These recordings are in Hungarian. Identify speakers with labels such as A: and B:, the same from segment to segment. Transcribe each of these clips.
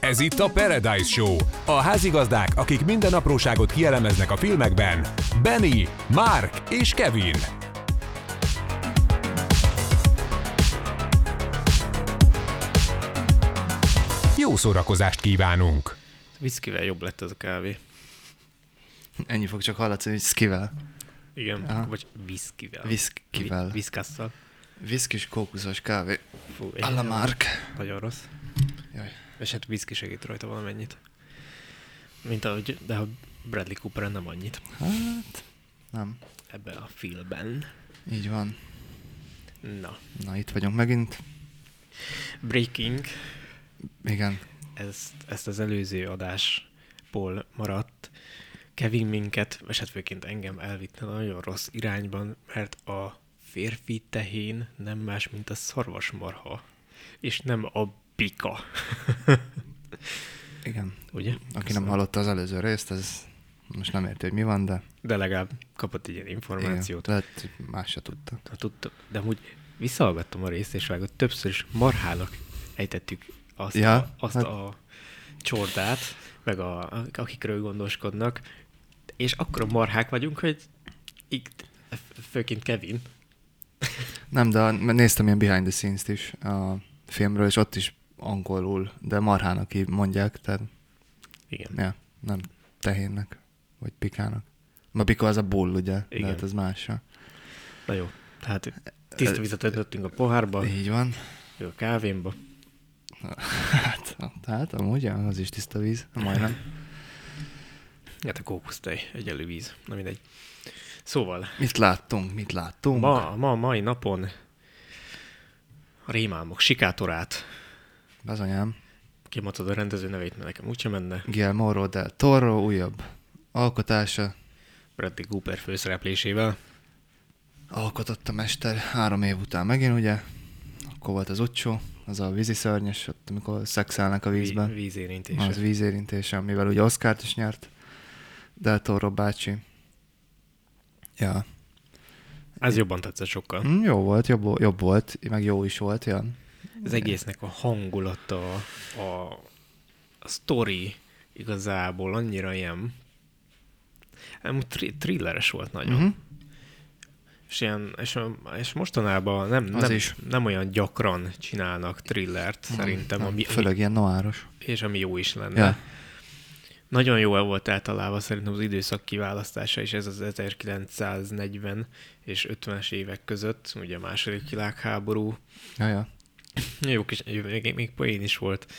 A: Ez itt a Paradise Show. A házigazdák, akik minden apróságot kielemeznek a filmekben. Benny, Mark és Kevin. Jó szórakozást kívánunk!
B: Viszkivel jobb lett ez a kávé.
C: Ennyi fog csak hallatszani, hogy szkivel.
B: Igen, Aha. vagy viszkivel.
C: Viszkivel.
B: Viszkasszal.
C: Viszkis kókuszos kávé.
B: Fú, egy-
C: Alla Mark.
B: Nagyon rossz.
C: Jaj.
B: És hát viszki segít rajta valamennyit. Mint ahogy, de a Bradley Cooper nem annyit.
C: Hát, nem.
B: Ebben a filmben.
C: Így van.
B: Na,
C: Na, itt vagyunk megint.
B: Breaking.
C: Igen.
B: Ezt, ezt az előző adásból maradt. Kevin minket, és hát főként engem elvitt nagyon rossz irányban, mert a férfi tehén nem más, mint a szarvasmarha. És nem a bika.
C: Igen.
B: Ugye?
C: Aki nem
B: Köszönöm.
C: hallotta az előző részt, ez most nem érti, hogy mi van, de
B: De legalább kapott egy ilyen
C: igen,
B: információt.
C: lehet, hogy más se tudta.
B: Ha tudta, de amúgy visszahallgattam a részt, és vágott többször is marhának ejtettük azt,
C: Ja,
B: ja, a, azt
C: hát-
B: hát... a csordát, meg a, akikről gondoskodnak, és akkor a marhák vagyunk, hogy itt, főként Kevin,
C: Nem, de néztem ilyen behind the scenes-t is a filmről, és ott is angolul, de marhának így mondják, tehát
B: igen,
C: ja, nem tehénnek, vagy pikának. Ma pika az a bull, ugye? Igen.
B: Igen.
C: De hát ez másra.
B: na jó, tehát tiszta vizet öntöttünk a pohárba,
C: Így van.
B: ő a kávémba,
C: Hát, hát amúgy ja, az is tiszta víz, majdnem.
B: hát a kókusztej, egyelő víz, na mindegy. Szóval,
C: Mit láttunk, mit láttunk?
B: ma, ma, mai napon a rémálmok sikátorát
C: Bazonyám.
B: kimondod a rendező nevét, mert nekem úgysem menne.
C: Guillermo del Toro újabb alkotása.
B: Bradley Cooper főszereplésével.
C: Alkotott a mester három év után megint, ugye? Akkor volt az utcsó, az a víziszörnyes, ott amikor szexelnek a vízben.
B: Ví- vízérintése.
C: Az vízérintése, amivel ugye Oszkárt is nyert. Del Toro bácsi. Ja.
B: Ez jobban tetszett sokkal.
C: Hm, jó volt, jobb, jobb volt, meg jó is volt, ja.
B: Az egésznek a hangulata, a, a sztori igazából annyira ilyen nem, tri- thrilleres volt nagyon.
C: Mhm.
B: És, ilyen, és, és mostanában nem,
C: Az
B: nem,
C: is.
B: nem olyan gyakran csinálnak thrillert, szerintem,
C: Nem,
B: ami, ami,
C: Főleg ilyen noáros.
B: és ami jó is lenne.
C: Ja.
B: Nagyon jól volt eltalálva szerintem az időszak kiválasztása, és ez az 1940 és 50-es évek között, ugye a második világháború.
C: Ja, ja.
B: Jó kis, még, még poén is volt.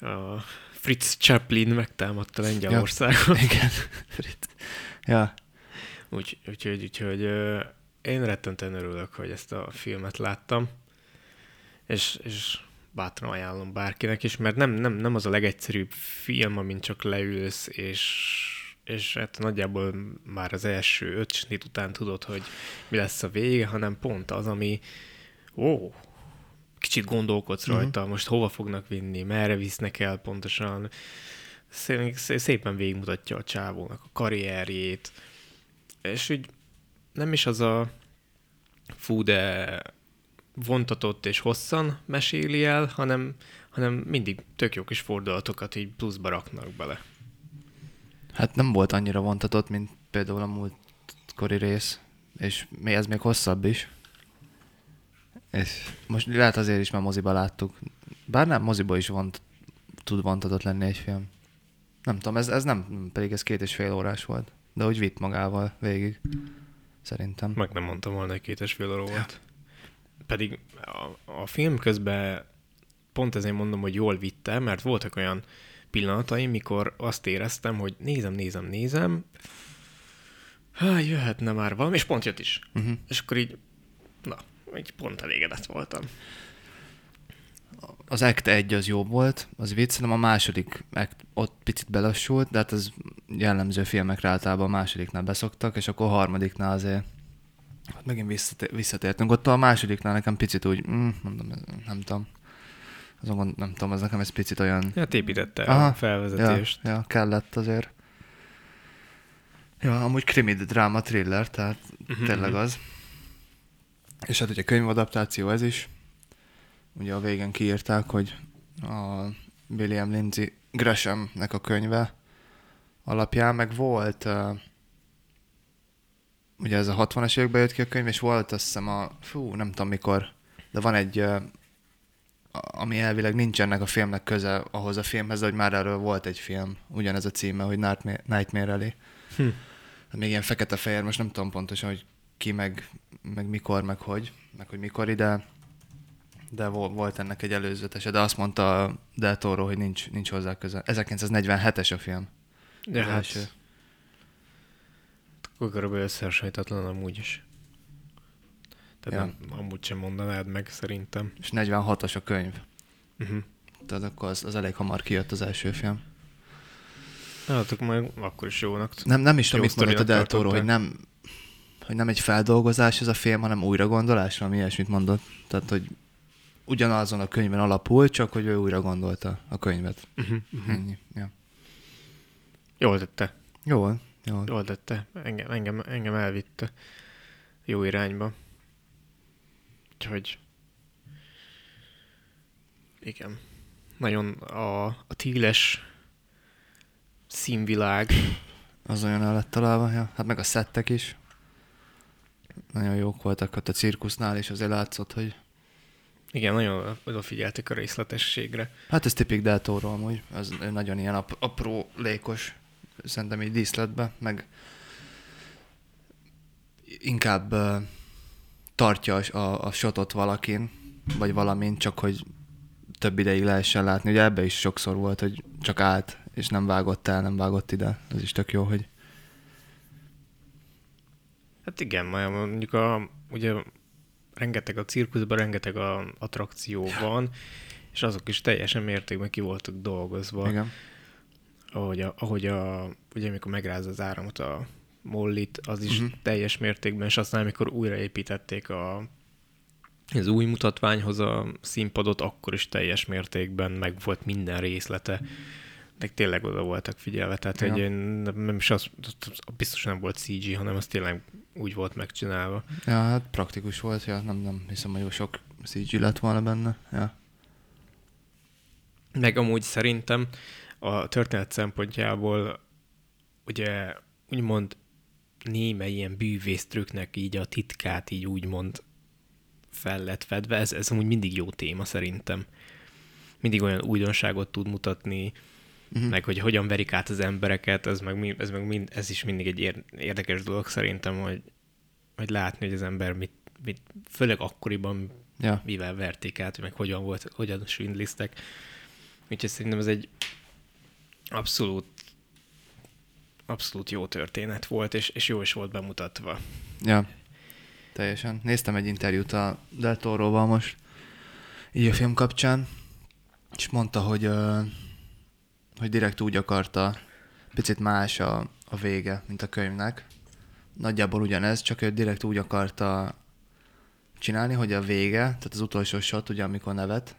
B: A Fritz Chaplin megtámadta Lengyelországot.
C: Igen. Frit. Ja,
B: Úgy, úgyhogy, úgyhogy ö, én rettentően örülök, hogy ezt a filmet láttam, és, és bátran ajánlom bárkinek is, mert nem, nem, nem az a legegyszerűbb film, amin csak leülsz, és, és hát nagyjából már az első öt snit után tudod, hogy mi lesz a vége, hanem pont az, ami ó, kicsit gondolkodsz rajta, most hova fognak vinni, merre visznek el pontosan. Szé- szé- Szépen végigmutatja a csávónak a karrierjét, és úgy nem is az a fú, de vontatott és hosszan meséli el, hanem, hanem mindig tök jó kis fordulatokat így pluszba raknak bele.
C: hát nem volt annyira vontatott, mint például a múltkori rész, és mi ez még hosszabb is. És most lehet azért is, mert moziba láttuk. Bár nem, moziba is vont, tud vontatott lenni egy film. Nem tudom, ez, ez nem, pedig ez két és fél órás volt. De úgy vitt magával végig, szerintem.
B: Meg nem mondtam volna, hogy két és fél óra volt. Pedig a, a film közben pont ezért mondom, hogy jól vitte, mert voltak olyan pillanataim, mikor azt éreztem, hogy nézem, nézem, nézem, hát jöhetne már valami, és pont jött is. Uh-huh. És akkor így, na, így pont elégedett voltam.
C: az Act 1 az jobb volt, az vicc, szerintem a második act ott picit belassult, de hát ez jellemző filmekre általában a másodiknál beszoktak, és akkor a harmadiknál azért hát megint visszaté- visszatértünk. Ott a másodiknál nekem picit úgy, mm, mondom, ez- nem tudom, azon gond, nem tudom, az nekem ez picit olyan...
B: Hát építette Aha, a felvezetést.
C: Ja, ja, kellett azért. Ja, amúgy krimi dráma thriller, tehát
B: Mhm,
C: tényleg az. És hát ugye könyvadaptáció ez is. Ugye a végén kiírták, hogy a William Lindsay Greshamnek a könyve alapján, meg volt, uh, ugye ez a 60-as években jött ki a könyv, és volt azt hiszem a, fú, nem tudom mikor, de van egy, uh, ami elvileg nincs ennek a filmnek köze ahhoz a filmhez, de hogy már erről volt egy film, ugyanez a címe, hogy Nightmare, Nightmare Alley.
B: Hm.
C: Hát még ilyen fekete-fehér, most nem tudom pontosan, hogy ki, meg, meg mikor, meg hogy, meg hogy mikor ide, de vo- volt ennek egy előzetese, de azt mondta a Del Toro, hogy nincs, nincs hozzá köze. 1947-es a film.
B: De
C: Az
B: hát,
C: első.
B: első. akkor körülbelül összehasonlítatlan amúgy is. Tehát
C: Ja.
B: ja. nem, amúgy sem mondanád meg szerintem.
C: És 46-as a könyv.
B: Uh-huh.
C: Tehát akkor az, az elég hamar kijött az első film.
B: Hát akkor majd akkor is jónak. t-
C: Nem, nem is tudom,
B: Jó
C: mit mondott a
B: sztorinak
C: Del Toro, hogy
B: tartották.
C: nem, hogy nem egy feldolgozás ez a film, hanem újragondolás, valami ilyesmit mondott. Tehát, hogy ugyanazon a könyven alapul, csak hogy ő újra gondolta a könyvet.
B: Mhm, mhm.
C: Ennyi. Ja.
B: Jól tette,
C: Jó, jó.
B: jól tette. Engem, engem, engem elvitte jó irányba. Úgyhogy... Igen. Nagyon a, a tíles színvilág.
C: Az olyan el lett találva, ja. Hát meg a szettek is. Nagyon jók voltak ott a cirkusznál, és azért látszott, hogy
B: Igen, nagyon odafigyeltek a részletességre.
C: Hát ez tipik Del Toro amúgy, ez nagyon ilyen ap- apró, lékos, szerintem így díszletbe, meg inkább uh, tartja a, a, a shotot valakin, vagy valamin, csak hogy több ideig lehessen látni. Ugye ebbe is sokszor volt, hogy csak állt, és nem vágott el, nem vágott ide. Ez is tök jó, hogy
B: Hát igen, majd mondjuk a, ugye rengeteg a cirkuszban, rengeteg a attrakció van, és azok is teljesen mértékben ki voltak dolgozva.
C: igen.
B: Ahogy, a, ahogy a, ugye amikor megrázza az áramot a mollit, az is
C: Mhm.
B: uh-huh. teljes mértékben, és aztán amikor újraépítették a, az új mutatványhoz a színpadot, akkor is teljes mértékben meg volt minden részlete. De tényleg oda voltak figyelve, tehát
C: Ja.
B: ja. hogy én nem nem is az, biztos nem volt CG, hanem az tényleg úgy volt megcsinálva.
C: Ja, hát praktikus volt, ja, nem, nem hiszem, hogy sok CG lett volna benne. Ja.
B: Meg amúgy szerintem a történet szempontjából ugye úgymond némely ilyen bűvésztrüknek így a titkát így úgymond fel lett fedve. Ez, ez amúgy mindig jó téma szerintem. Mindig olyan újdonságot tud mutatni,
C: Mhm.
B: meg hogy hogyan verik át az embereket, ez, meg, mi- ez, meg mind, ez is mindig egy ér- érdekes dolog szerintem, hogy, hogy látni, hogy az ember mit, mit főleg akkoriban
C: ja.
B: mivel verték át, meg hogyan volt, hogyan swindliztek. Úgyhogy szerintem ez egy abszolút abszolút jó történet volt, és, és jó is volt bemutatva.
C: Ja, teljesen. Néztem egy interjút a Del Toroval most, így a film kapcsán, és mondta, hogy, ö, hogy direkt úgy akarta, picit más a, a vége, mint a könyvnek. Nagyjából ugyanez, csak ő direkt úgy akarta csinálni, hogy a vége, tehát az utolsó shot, ugye amikor nevet,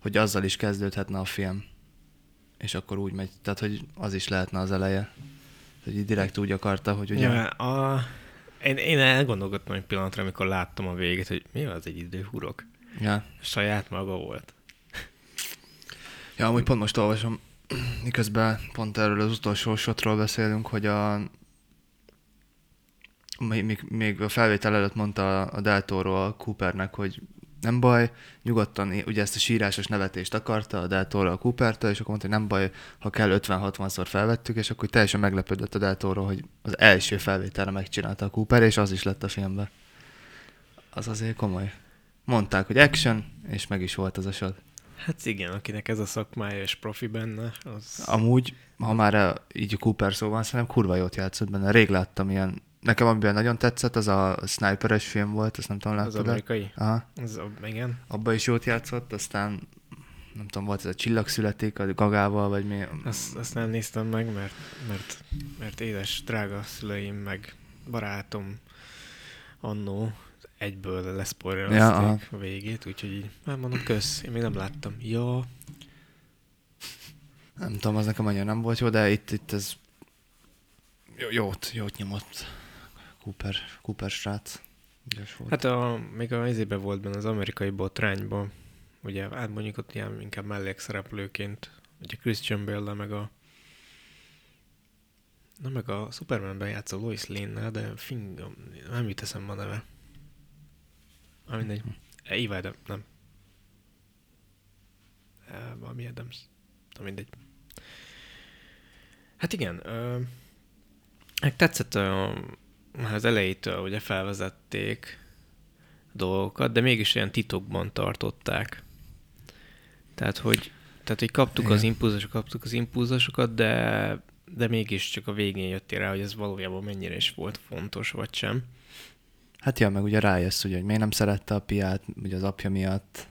C: hogy azzal is kezdődhetne a film. És akkor úgy megy, tehát hogy az is lehetne az eleje. Hogy így direkt úgy akarta, hogy ugye...
B: Ja, a, én, én elgondolkodtam egy pillanatra, amikor láttam a végét, hogy mi az egy időhurok.
C: Ja.
B: Saját maga volt.
C: Ja, amúgy pont most olvasom, miközben pont erről az utolsó shotról beszélünk, hogy a még, még- még a felvétel előtt mondta a Del Toro a Coopernek, hogy nem baj, nyugodtan, é- ugye ezt a sírásos nevetést akarta a Del Toro a Coopertől, és akkor mondta, hogy nem baj, ha kell 50-60-szor felvettük, és akkor teljesen meglepődött a Del Toro, hogy az első felvételre megcsinálta a Cooper, és az is lett a filmben. Az azért komoly. Mondták, hogy action, és meg is volt az a shot.
B: Hát igen, akinek ez a szakmája és profi benne, az...
C: Amúgy, ha már eh, így a Cooper szó van, szerintem kurva jót játszott benne. Rég láttam ilyen. Nekem amiben nagyon tetszett, az a sniperes film volt, azt nem tudom,
B: az
C: láttad el?
B: amerikai.
C: Aha,
B: Az, a- igen.
C: abba is jót játszott, aztán nem tudom, volt ez a csillag születik, a gagával, vagy mi.
B: Azt, azt nem néztem meg, mert, mert, mert édes, drága szüleim, meg barátom annó egyből
C: Ja, aha.
B: leszpoilerozták ja, a végét, úgyhogy így, már mondom, kösz, én még nem láttam. Ja,
C: Nem tudom, az nekem annyira nem volt jó, de itt, itt ez jó- jót, jót nyomott. Cooper, Cooper srác. Ügyes volt.
B: hát a, még a izébe volt benne az amerikai botrányban, ugye hát mondjuk ott ilyen inkább mellékszereplőként, ugye Christian Bale, meg a Na meg a Supermanben játszó Lois lane de fingom, nem jut eszembe a neve. Na mindegy. Eva Adams, nem. E, valami Adams. Na mindegy. Hát igen, ö, meg tetszett, ö, már az elejétől ugye felvezették a dolgokat, de mégis olyan titokban tartották. Tehát, hogy, tehát, hogy kaptuk
C: Igen.
B: az impulzusokat, kaptuk az impulzusokat, de, de mégis csak a végén jöttél rá, hogy ez valójában mennyire is volt fontos, vagy sem.
C: Hát ja, meg ugye rájössz, ugye, hogy miért nem szerette a piát, ugye az apja miatt.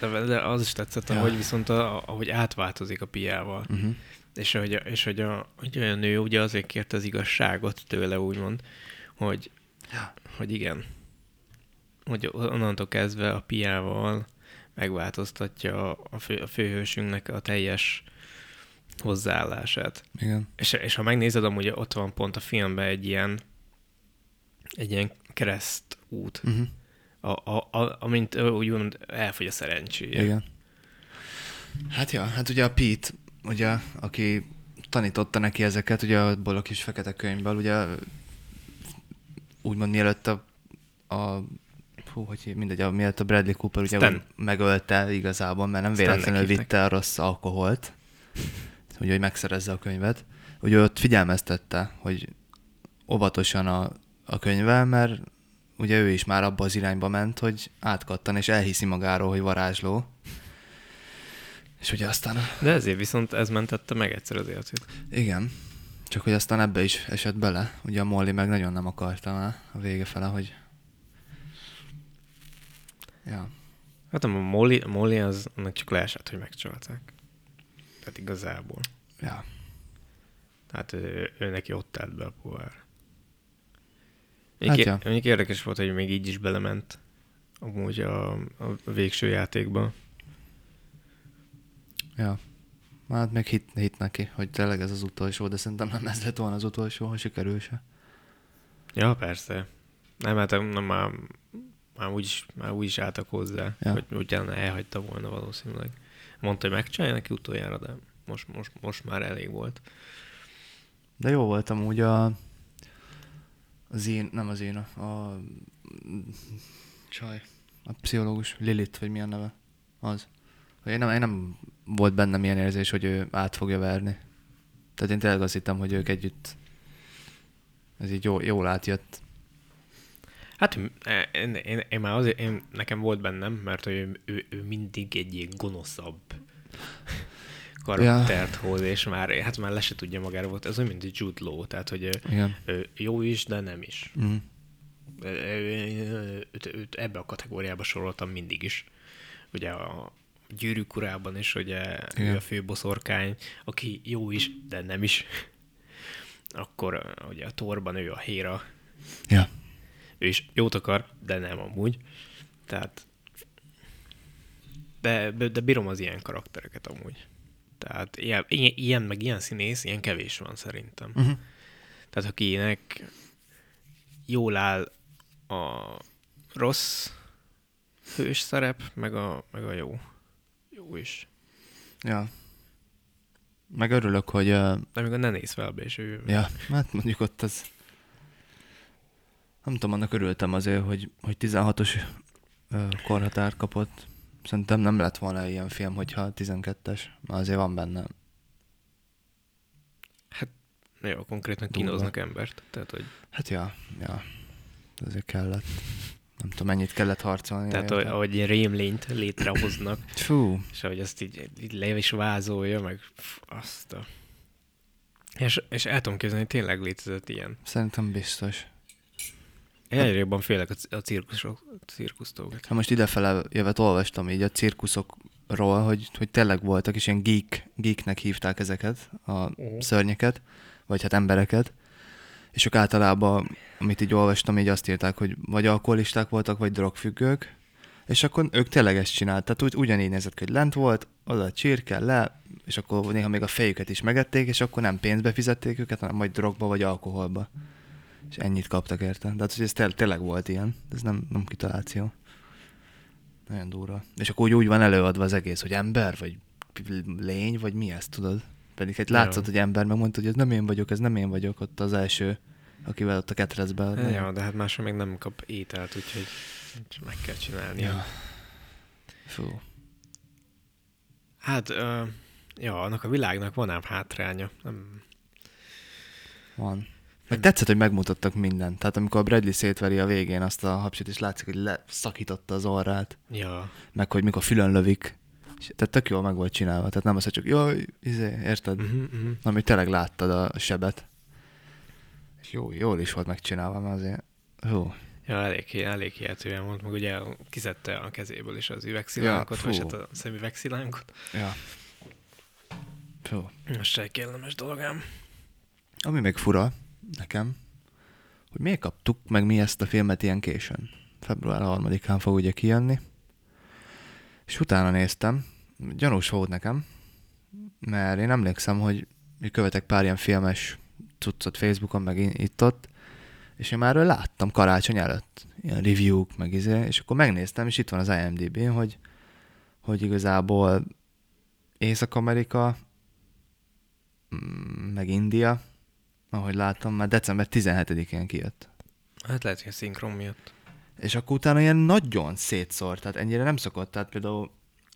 B: De, de az is tetszett,
C: Ja.
B: ahogy viszont a, ahogy átváltozik a piával.
C: Uh-huh.
B: És hogy, a- és hogy, a, hogy olyan nő ugye azért kérte az igazságot tőle, úgymond, hogy,
C: Ja.
B: hogy igen, hogy onnantól kezdve a piával megváltoztatja a- a, fő, a főhősünknek a teljes hozzáállását.
C: Igen.
B: És, és ha megnézed, amúgy ott van pont a filmben egy ilyen, egy ilyen kereszt út,
C: Uh-huh.
B: a, a, a, amint ö, úgymond elfogy a szerencséje.
C: Igen. Hát ja, hát ugye a Pete, ugye, aki tanította neki ezeket, ugye abból a kis fekete könyvből, ugye úgymond mielőtt a, a hú, hogy hív- mindegy, a, mielőtt a Bradley Cooper ugye
B: Stan.
C: megölte igazából, mert nem
B: Stannek
C: véletlenül
B: hívták.
C: vitte a rossz alkoholt, ugye, hogy megszerezze a könyvet. Ugye ott figyelmeztette, hogy óvatosan a, a könyvvel, mert ugye ő is már abba az irányba ment, hogy átkattan, és elhiszi magáról, hogy varázsló. És ugye aztán,
B: De ezért viszont ez mentette meg egyszer az életét.
C: igen, csak hogy aztán ebbe is esett bele. Ugye a Molly meg nagyon nem akarta már a vége fele, hogy... Ja.
B: Hát a Molly, a Molly az annak csak leesett, hogy megcsalták. Tehát igazából.
C: Ja.
B: Tehát ő, ő neki ott állt be a pohár.
C: Hát
B: Mondjuk,
C: ja.
B: hát, mondjuk érdekes volt, hogy még így is belement amúgy a, a végső játékba.
C: Ja. Hát még hit, hit neki, hogy tényleg ez az utolsó, de szerintem nem ez lett volna az utolsó, ha sikerül se.
B: Ja, persze. Nem, hát nem, már, már úgyis, már úgyis álltak hozzá,
C: Ja.
B: ja. hogy utána elhagyta volna valószínűleg. Mondta, hogy megcsinálja neki utoljára, de most, most, most már elég volt.
C: De jó volt amúgy a... Az én, nem az én, a... Csaj. A pszichológus, Lilith, vagy milyen neve az. Hogy Én nem, én nem volt bennem ilyen érzés, hogy ő át fogja verni. Tehát én tényleg azt hittem, hogy ők együtt ez így jó, jól átjött.
B: Hát eh, én, én, én már azért, én, nekem volt bennem, mert hogy ő, ő, ő mindig egy ilyen gonoszabb karaktert hoz, és már, hát már le se tudja magára volt. Ez olyan, mint egy Jude Law, tehát hogy ő,
C: Igen.
B: ő jó is, de nem is.
C: Mm.
B: Ö, ö, ö, Őt, őt ebbe a kategóriába soroltam mindig is. Ugye a gyűrűk urában is, ugye
C: Igen.
B: ő a főboszorkány, aki jó is, de nem is. Akkor ö, ugye a torban ő a héra,
C: Ja.
B: ő is jót akar, de nem amúgy. Tehát, de, de bírom az ilyen karaktereket amúgy. Tehát ilyen, ilyen- ilyen meg ilyen színész, ilyen kevés van szerintem.
C: Uh-huh.
B: Tehát akinek jól áll a rossz hős szerep, meg a, meg a jó. Jó is.
C: Ja. Meg örülök, hogy... Uh,
B: De még a ne néz fel be, és ő...
C: ja, hát mondjuk ott az... Nem tudom, annak örültem azért, hogy, hogy 16-os ö, korhatár kapott. Szerintem nem lett volna ilyen film, hogyha 12-es. Már azért van benne.
B: Jó, konkrétan
C: Durva.
B: kínoznak embert. Tehát, hogy,
C: Hát ja, ja. Azért kellett. Nem tudom, mennyit kellett harcolni.
B: tehát ahogy,
C: érte.
B: ahogy ilyen rémlényt létrehoznak,
C: Fú,
B: És ahogy azt így, így le is vázolja, meg pff, azt a... És, és el tudom képzelni, hogy tényleg létezett ilyen.
C: szerintem biztos.
B: Én egyre jobban félek a, c- a, cirkusok, a cirkusztól.
C: Ha Hát most idefele jövet olvastam így a cirkuszokról, hogy, hogy tényleg voltak, és ilyen geek, geeknek hívták ezeket a szörnyeket, vagy hát embereket, és ők általában, amit így olvastam, így azt írták, hogy vagy alkoholisták voltak, vagy drogfüggők, és akkor ők tényleg ezt csinálták. Tehát úgy, ugyanígy nézett ki, hogy lent volt, oda a csirke, le, és akkor néha még a fejüket is megették, és akkor nem pénzbe fizették őket, hanem majd drogba vagy alkoholba. hát, És ennyit kaptak érte. Tehát, hogy ez té- tényleg volt ilyen. Ez nem, nem kitaláció. Nagyon durva. És akkor úgy, úgy van előadva az egész, hogy ember, vagy lény, vagy mi ez, tudod? Pedig hát látszott,
B: Ja.
C: hogy ember, meg mondta, hogy ez nem én vagyok, ez nem én vagyok, ott az első, akivel ott a ketrecben.
B: Ja, ja, de hát máshol még nem kap ételt, úgyhogy csak meg kell csinálnia.
C: Ja. Fú.
B: Hát, ö, ja, annak a világnak van ám hátránya. Nem,
C: Van. Meg tetszett, hogy megmutattak mindent. Tehát amikor a Bradley szétveri a végén azt a hapsit, és látszik, hogy leszakította az orrát,
B: ja,
C: meg hogy mikor fülön lövik. És, tehát tök jól meg volt csinálva. Tehát nem az, hogy csak jaj, izé, érted?
B: Mhm, mhm.
C: Na, Amit tényleg láttad a sebet. És jó, jól is volt megcsinálva, mert azért... Hó,
B: ja elég, elég hihetően volt, meg ugye kizette a kezéből is az üvegszilánkot,
C: Ja,
B: ja, vagy
C: fú.
B: hát a szemüvegszilánkot.
C: ja. Hó.
B: Az se egy kellemes dolog ám.
C: Ami még fura nekem, hogy miért kaptuk meg mi ezt a filmet ilyen későn. Február 3-án fog ugye kijönni. És utána néztem, gyanús volt nekem, mert én emlékszem, hogy mi követek pár ilyen filmes cuccot Facebookon, meg i- itt-ott, és én már láttam karácsony előtt, ilyen review-k, meg izé, és akkor megnéztem, és itt van az IMDb-n, hogy, hogy igazából Észak-Amerika, mm, meg India, ahogy látom, már december 17-én kijött.
B: Hát lehet, hogy a szinkron miatt.
C: És akkor utána ilyen nagyon szétszórt, tehát ennyire nem szokott. Tehát például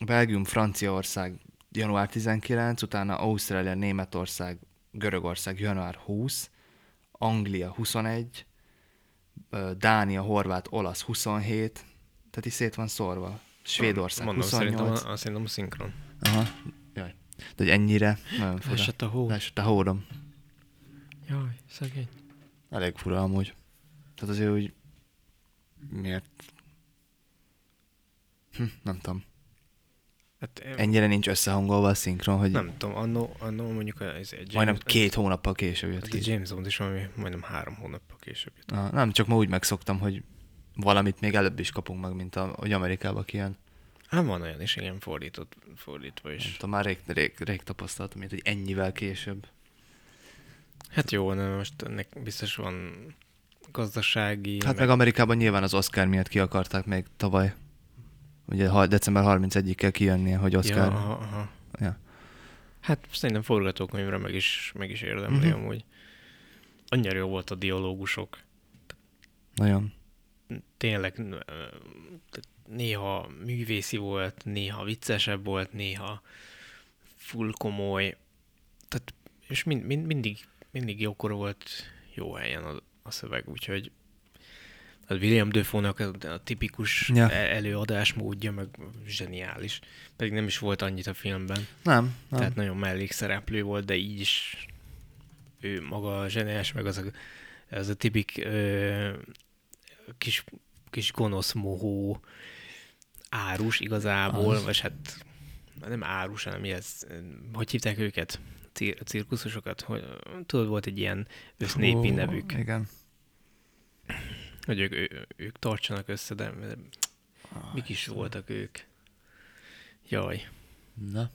C: Belgium, Franciaország január 19, utána Ausztrália, Németország, Görögország január 20, Anglia 21, ö, Dánia, Horvát, Olasz 27, tehát is szét van szórva. Svédország
B: Mondom,
C: 28.
B: szerintem, a, a- szerintem a szinkron.
C: Aha. Jaj. De hogy ennyire nagyon fura.
B: Esett a hó.
C: Esett a hódom.
B: Jaj, szegény.
C: Elég fura amúgy. Tehát azért úgy... Miért? Hm, nem tudom.
B: Hát, én-
C: Ennyire nincs összehangolva a szinkron, hogy nem,
B: nem tudom, annó, annó mondjuk az egy
C: majdnem két hónappal később jött
B: Hát a
C: ki.
B: James Bond is valami majdnem három hónappal később jött.
C: Ah, nem, csak ma úgy megszoktam, hogy valamit még előbb is kapunk meg, mint a, hogy Amerikába kijön.
B: Hát van olyan is, igen, fordított, fordítva
C: Nem
B: is.
C: tudom, már rég, rég, rég tapasztaltam ilyet, hogy ennyivel később.
B: Hát jó, de most ennek biztos van gazdasági,
C: Hát meg Amerikában nyilván az Oscar miatt ki akarták még tavaly. Ugye ha- december 31-kel kijönnie, hogy Oscar.
B: Ja,
C: Ja.
B: aha, aha.
C: Ja.
B: Hát szerintem forgatókönyvre meg is, meg is érdemli
C: Mhm.
B: uh-huh. amúgy. Annyira jó volt a dialógusok.
C: Nagyon.
B: Tényleg ö, tehát néha művészi volt, néha viccesebb volt, néha full komoly. Tehát, és mind, mind, mindig, mindig jókor volt jó helyen a, a szöveg, úgyhogy a William Defoe-nak a, a tipikus
C: Ja.
B: ja. előadás módja meg zseniális. Pedig nem is volt annyit a filmben.
C: Nem, nem.
B: Tehát nagyon mellékszereplő volt, de így is ő maga a zseniás, meg az a, az a tipik ö, kis, kis gonosz mohó árus igazából,
C: Az.
B: az. vagy hát nem árus, hanem mi ez, hogy hívták őket? Cir- cirkuszosokat? Hogy, tudod, volt egy ilyen össznépi
C: Ó,
B: nevük,
C: Igen.
B: hogy ők, ő, ők tartsanak össze, de de mik is voltak ők? Jaj,
C: Na.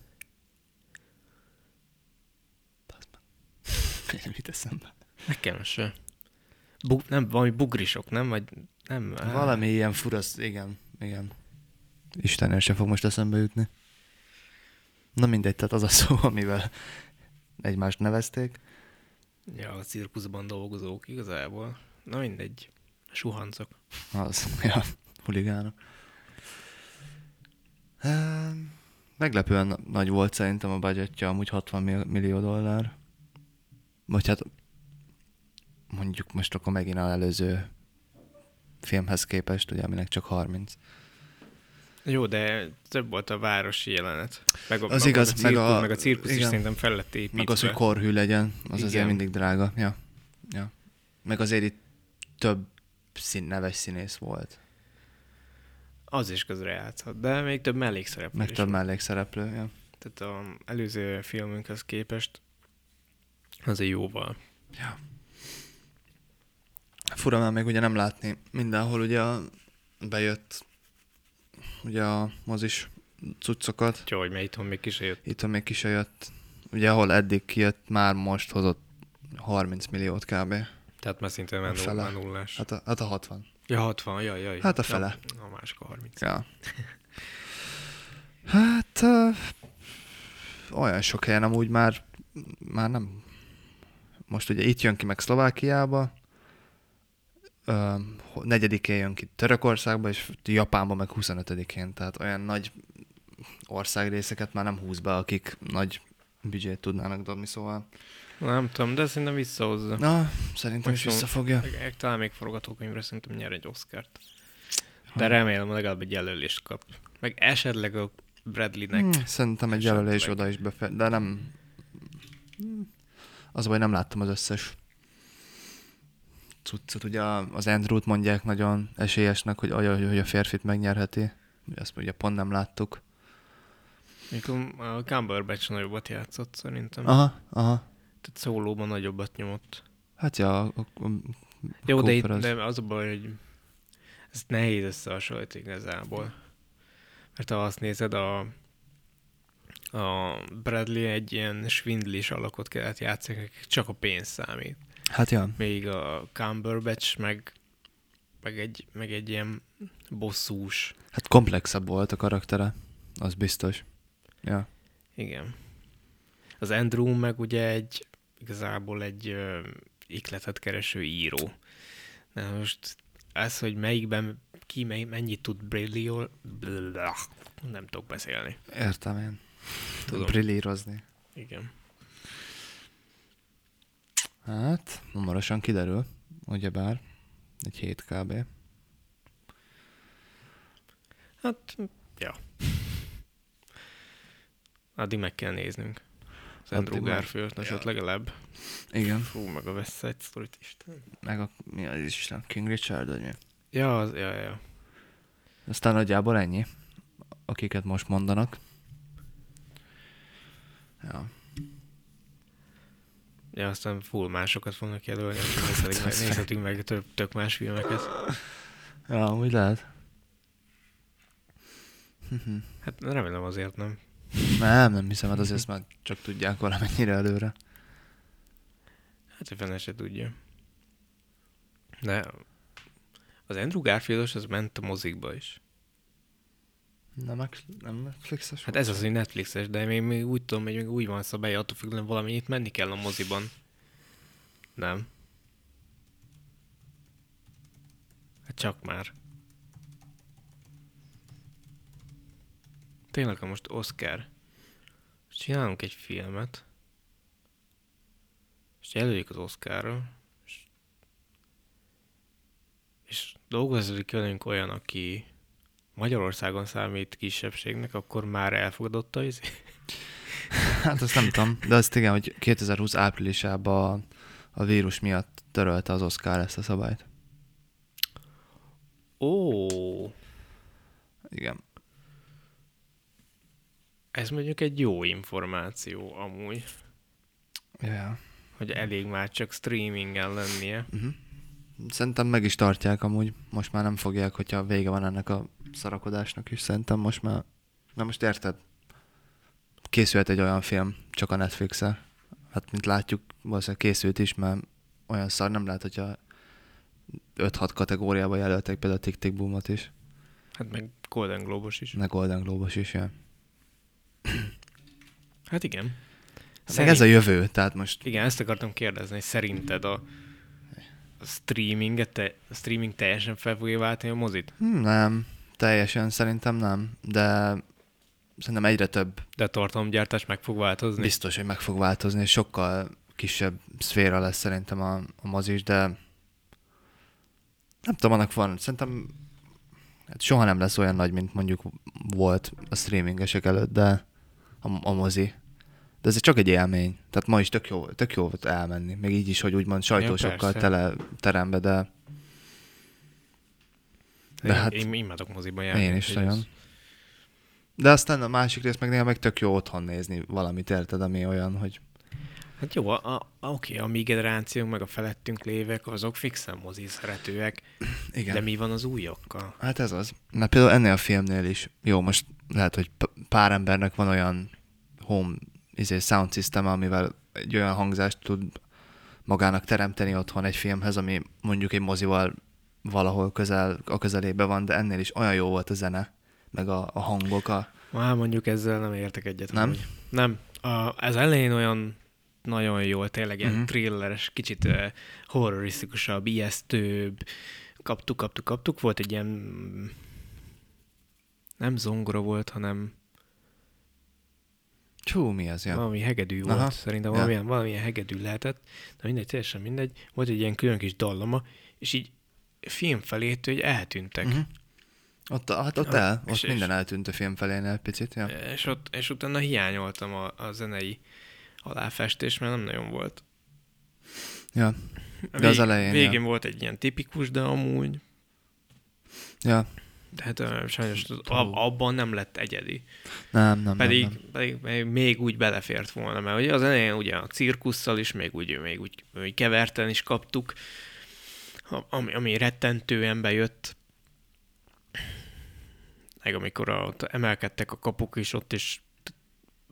C: Bazd meg. Nem jut eszembe.
B: nekem se. Bu- nem, valami bugrisok, nem? Vagy nem? hát- á.
C: Valami ilyen furasz, igen, igen. Istennél se fog most eszembe jutni. Na mindegy, tehát az a szó, amivel egymást nevezték.
B: Ja, a cirkuszban dolgozók igazából. Na mindegy, suhancok.
C: Az, ja, huligánok. Ehm, Meglepően na- nagy volt szerintem a budgetja, amúgy 60 mill- millió dollár. Vagy hát mondjuk most akkor megint az előző filmhez képest, ugye, aminek csak 30.
B: Jó, de több volt a városi jelenet. Meg a,
C: Az
B: meg
C: igaz,
B: a cirkusz,
C: meg
B: meg
C: a-
B: a, meg a cirkusz is
C: igen.
B: szerintem fel lett építve.
C: Meg az, hogy korhű legyen, az Igen. azért
B: Igen.
C: mindig drága. Ja. ja. Meg azért itt több szín, neves színész volt.
B: Az is közre játszhat, de még több mellékszereplő
C: Meg
B: is
C: több
B: volt.
C: mellékszereplő. Ja.
B: Tehát az előző filmünkhöz képest azért jóval.
C: Ja. Fura már még ugye nem látni mindenhol ugye a- bejött ugye a mozis cuccokat.
B: Jó, hogy mert itthon még ki se jött.
C: Itt még ki se jött. Ugye ahol eddig kijött, már most hozott 30 milliót kb.
B: Tehát már szinte már null-
C: Fele.
B: már nullás.
C: Hát a, hát a 60.
B: Ja, 60, jaj, jaj.
C: Hát a
B: Ja,
C: fele.
B: A másik a 30.
C: Ja. Hát ö, olyan sok helyen amúgy már, már nem. Most ugye itt jön ki meg Szlovákiába, ö, ho- negyedikén jön ki Törökországba, és Japánba meg 25-én, tehát olyan nagy országrészeket már nem húz be, akik nagy büdzsét tudnának dobni, szóval
B: Nem tudom, de szerintem visszahozza.
C: na, szerintem is
B: Maximum.
C: visszafogja.
B: Meg- meg Talán még forgatókönyvre szerintem nyer egy Oscárt. De remélem legalább egy jelölést kap. Meg esetleg a Bradleynek.
C: Hmm, szerintem egy jelölés oda is befe... de nem... Hmm. Az a baj, nem láttam az összes cuccot. Ugye a- az Andrew-t mondják nagyon esélyesnek, hogy, ajaj, hogy a férfit megnyerheti. Ugye Azt ugye pont nem láttuk.
B: Mikor a Cumberbatch nagyobbat játszott szerintem.
C: Aha, aha.
B: Tehát szólóban nagyobbat nyomott.
C: Hát ja, a, a, a
B: Jó, de, itt,
C: Cooper az-
B: de az a baj, hogy ez nehéz összehasonlítani igazából. Mert ha azt nézed, a, a Bradley egy ilyen svindlis alakot kellett játszani, akik csak a pénz számít.
C: Hát ja.
B: Még a Cumberbatch meg, meg, egy, meg egy ilyen bosszús.
C: Hát komplexebb volt a karaktere. Az biztos. Ja.
B: Igen. Az Andrew meg ugye egy, igazából egy ö, ikletet kereső író. Na most ez, hogy melyikben ki mely, mennyit tud Brilliol, nem tudok beszélni.
C: Értem én.
B: Tudom.
C: Tudom. Brillírozni.
B: Igen.
C: Hát, hamarosan kiderül, ugyebár. Egy hét kb.
B: Hát, ja. Addig meg kell néznünk. Az
C: Addig
B: Andrew
C: meg-
B: Garfield, na, sőt, legalább.
C: Igen.
B: Fú, meg a West Side Story-t, Isten.
C: meg a, mi az is, a King Richard, vagy mi?
B: Ja, az, ja, ja.
C: Aztán nagyjából ennyi, akiket most mondanak. Ja.
B: Ja, aztán full másokat fognak jelölni, úgyhogy nézhetünk meg, nézhetünk meg több, tök más filmeket.
C: Ja, úgy lehet. Mhm.
B: Hát remélem azért nem.
C: nem, nem hiszem, hát azért ezt már csak tudják valamennyire előre.
B: Hát a fene se tudja. De az Andrew Garfieldos az ment a mozikba is.
C: Nem, Netflix- nem Netflixes
B: Hát ez az, hogy Netflixes, de még, még úgy tudom, hogy még úgy van szabály, attól függően valamennyit menni kell a moziban. Nem. Hát csak már. Tényleg, ha most Oscar. Csinálunk egy filmet. És jelöljük az Oscarra. És, és dolgozzuk velünk olyan, aki Magyarországon számít kisebbségnek, akkor már elfogadotta izé.
C: Hát azt nem tudom, de azt igen, hogy 2020 áprilisában a vírus miatt törölte az Oscar ezt a szabályt.
B: Ó,
C: Igen.
B: ez mondjuk egy jó információ amúgy,
C: Ja, ja.
B: hogy elég már csak streamingen lennie.
C: Mhm. Szerintem meg is tartják amúgy. Most már nem fogják, hogyha vége van ennek a szarakodásnak is. Szerintem most már... Na most érted? Készült egy olyan film, csak a netflix -e. Hát mint látjuk, valószínűleg készült is, mert olyan szar nem lehet, hogyha 5-6 kategóriába jelöltek például a Tick Tick Boomot is,
B: Hát meg Golden Globos is.
C: meg Golden Globos is, ja.
B: Hát igen.
C: Meg ez a jövő, tehát most
B: Igen, ezt akartam kérdezni, hogy szerinted a, a, streaminget, te, a streaming teljesen fel fogja váltani a mozit?
C: hm, nem, teljesen szerintem nem, de szerintem egyre több
B: De a tartalomgyártás meg fog változni?
C: Biztos, hogy meg fog változni, és sokkal kisebb szféra lesz szerintem a, a mozis, de nem tudom, annak van, szerintem hát soha nem lesz olyan nagy, mint mondjuk volt a streamingesek előtt, de a, a mozi. De ez csak egy élmény. Tehát ma is tök jó, tök jó volt elmenni. Még így is, hogy úgymond sajtósokkal
B: persze.
C: tele terembe, de de
B: én,
C: hát-
B: én imádok moziban járni.
C: én is
B: úgyhogy
C: nagyon.
B: ez-
C: De aztán a másik rész meg néha meg tök jó otthon nézni valamit, érted, ami olyan, hogy
B: Hát jó, a, a, oké, a mi generációnk, meg a felettünk lévek, azok fixen mozi szeretőek,
C: igen.
B: de mi van az újakkal?
C: Hát ez az. Mert például ennél a filmnél is, jó, most lehet, hogy p- pár embernek van olyan home izé, sound system, amivel egy olyan hangzást tud magának teremteni otthon egy filmhez, ami mondjuk egy mozival valahol közel, a közelébe van, de ennél is olyan jó volt a zene, meg a, a hangok, a,
B: Már mondjuk ezzel nem értek egyet.
C: Nem?
B: amúgy. Nem. A, ez elején olyan nagyon jó, tényleg ilyen
C: Mhm.
B: mm-hmm. thrilleres, kicsit uh, horrorisztikusabb, ijesztőbb. Kaptuk, kaptuk, kaptuk. Volt egy ilyen... mm, Nem zongora volt, hanem
C: Csú, mi az, ja.
B: valami hegedű
C: Aha.
B: volt. Aha. Szerintem
C: Ja.
B: valamilyen, valamilyen hegedű lehetett. De mindegy, teljesen mindegy. Volt egy ilyen külön kis dallama, és így film felétől így eltűntek.
C: Mhm. Ott, hát ott
B: Ja,
C: el,
B: és-
C: ott
B: és-
C: minden eltűnt a film felénél picit, ja.
B: Eh, És, ott, és utána hiányoltam a, a zenei aláfestés, mert nem nagyon volt.
C: ja.
B: A
C: De az
B: vég-
C: elején,
B: Végén
C: ja.
B: volt egy ilyen tipikus, de amúgy,
C: ja.
B: de hát ö, sajnos az, ab, abban nem lett egyedi.
C: Nem, nem,
B: Pedig,
C: nem, nem.
B: pedig, pedig még úgy belefért volna, mert ugye az elején ugye a cirkusszal is, még úgy, még úgy, úgy keverten is kaptuk, a- ami, ami rettentően bejött. Meg amikor a, ott emelkedtek a kapuk, és ott is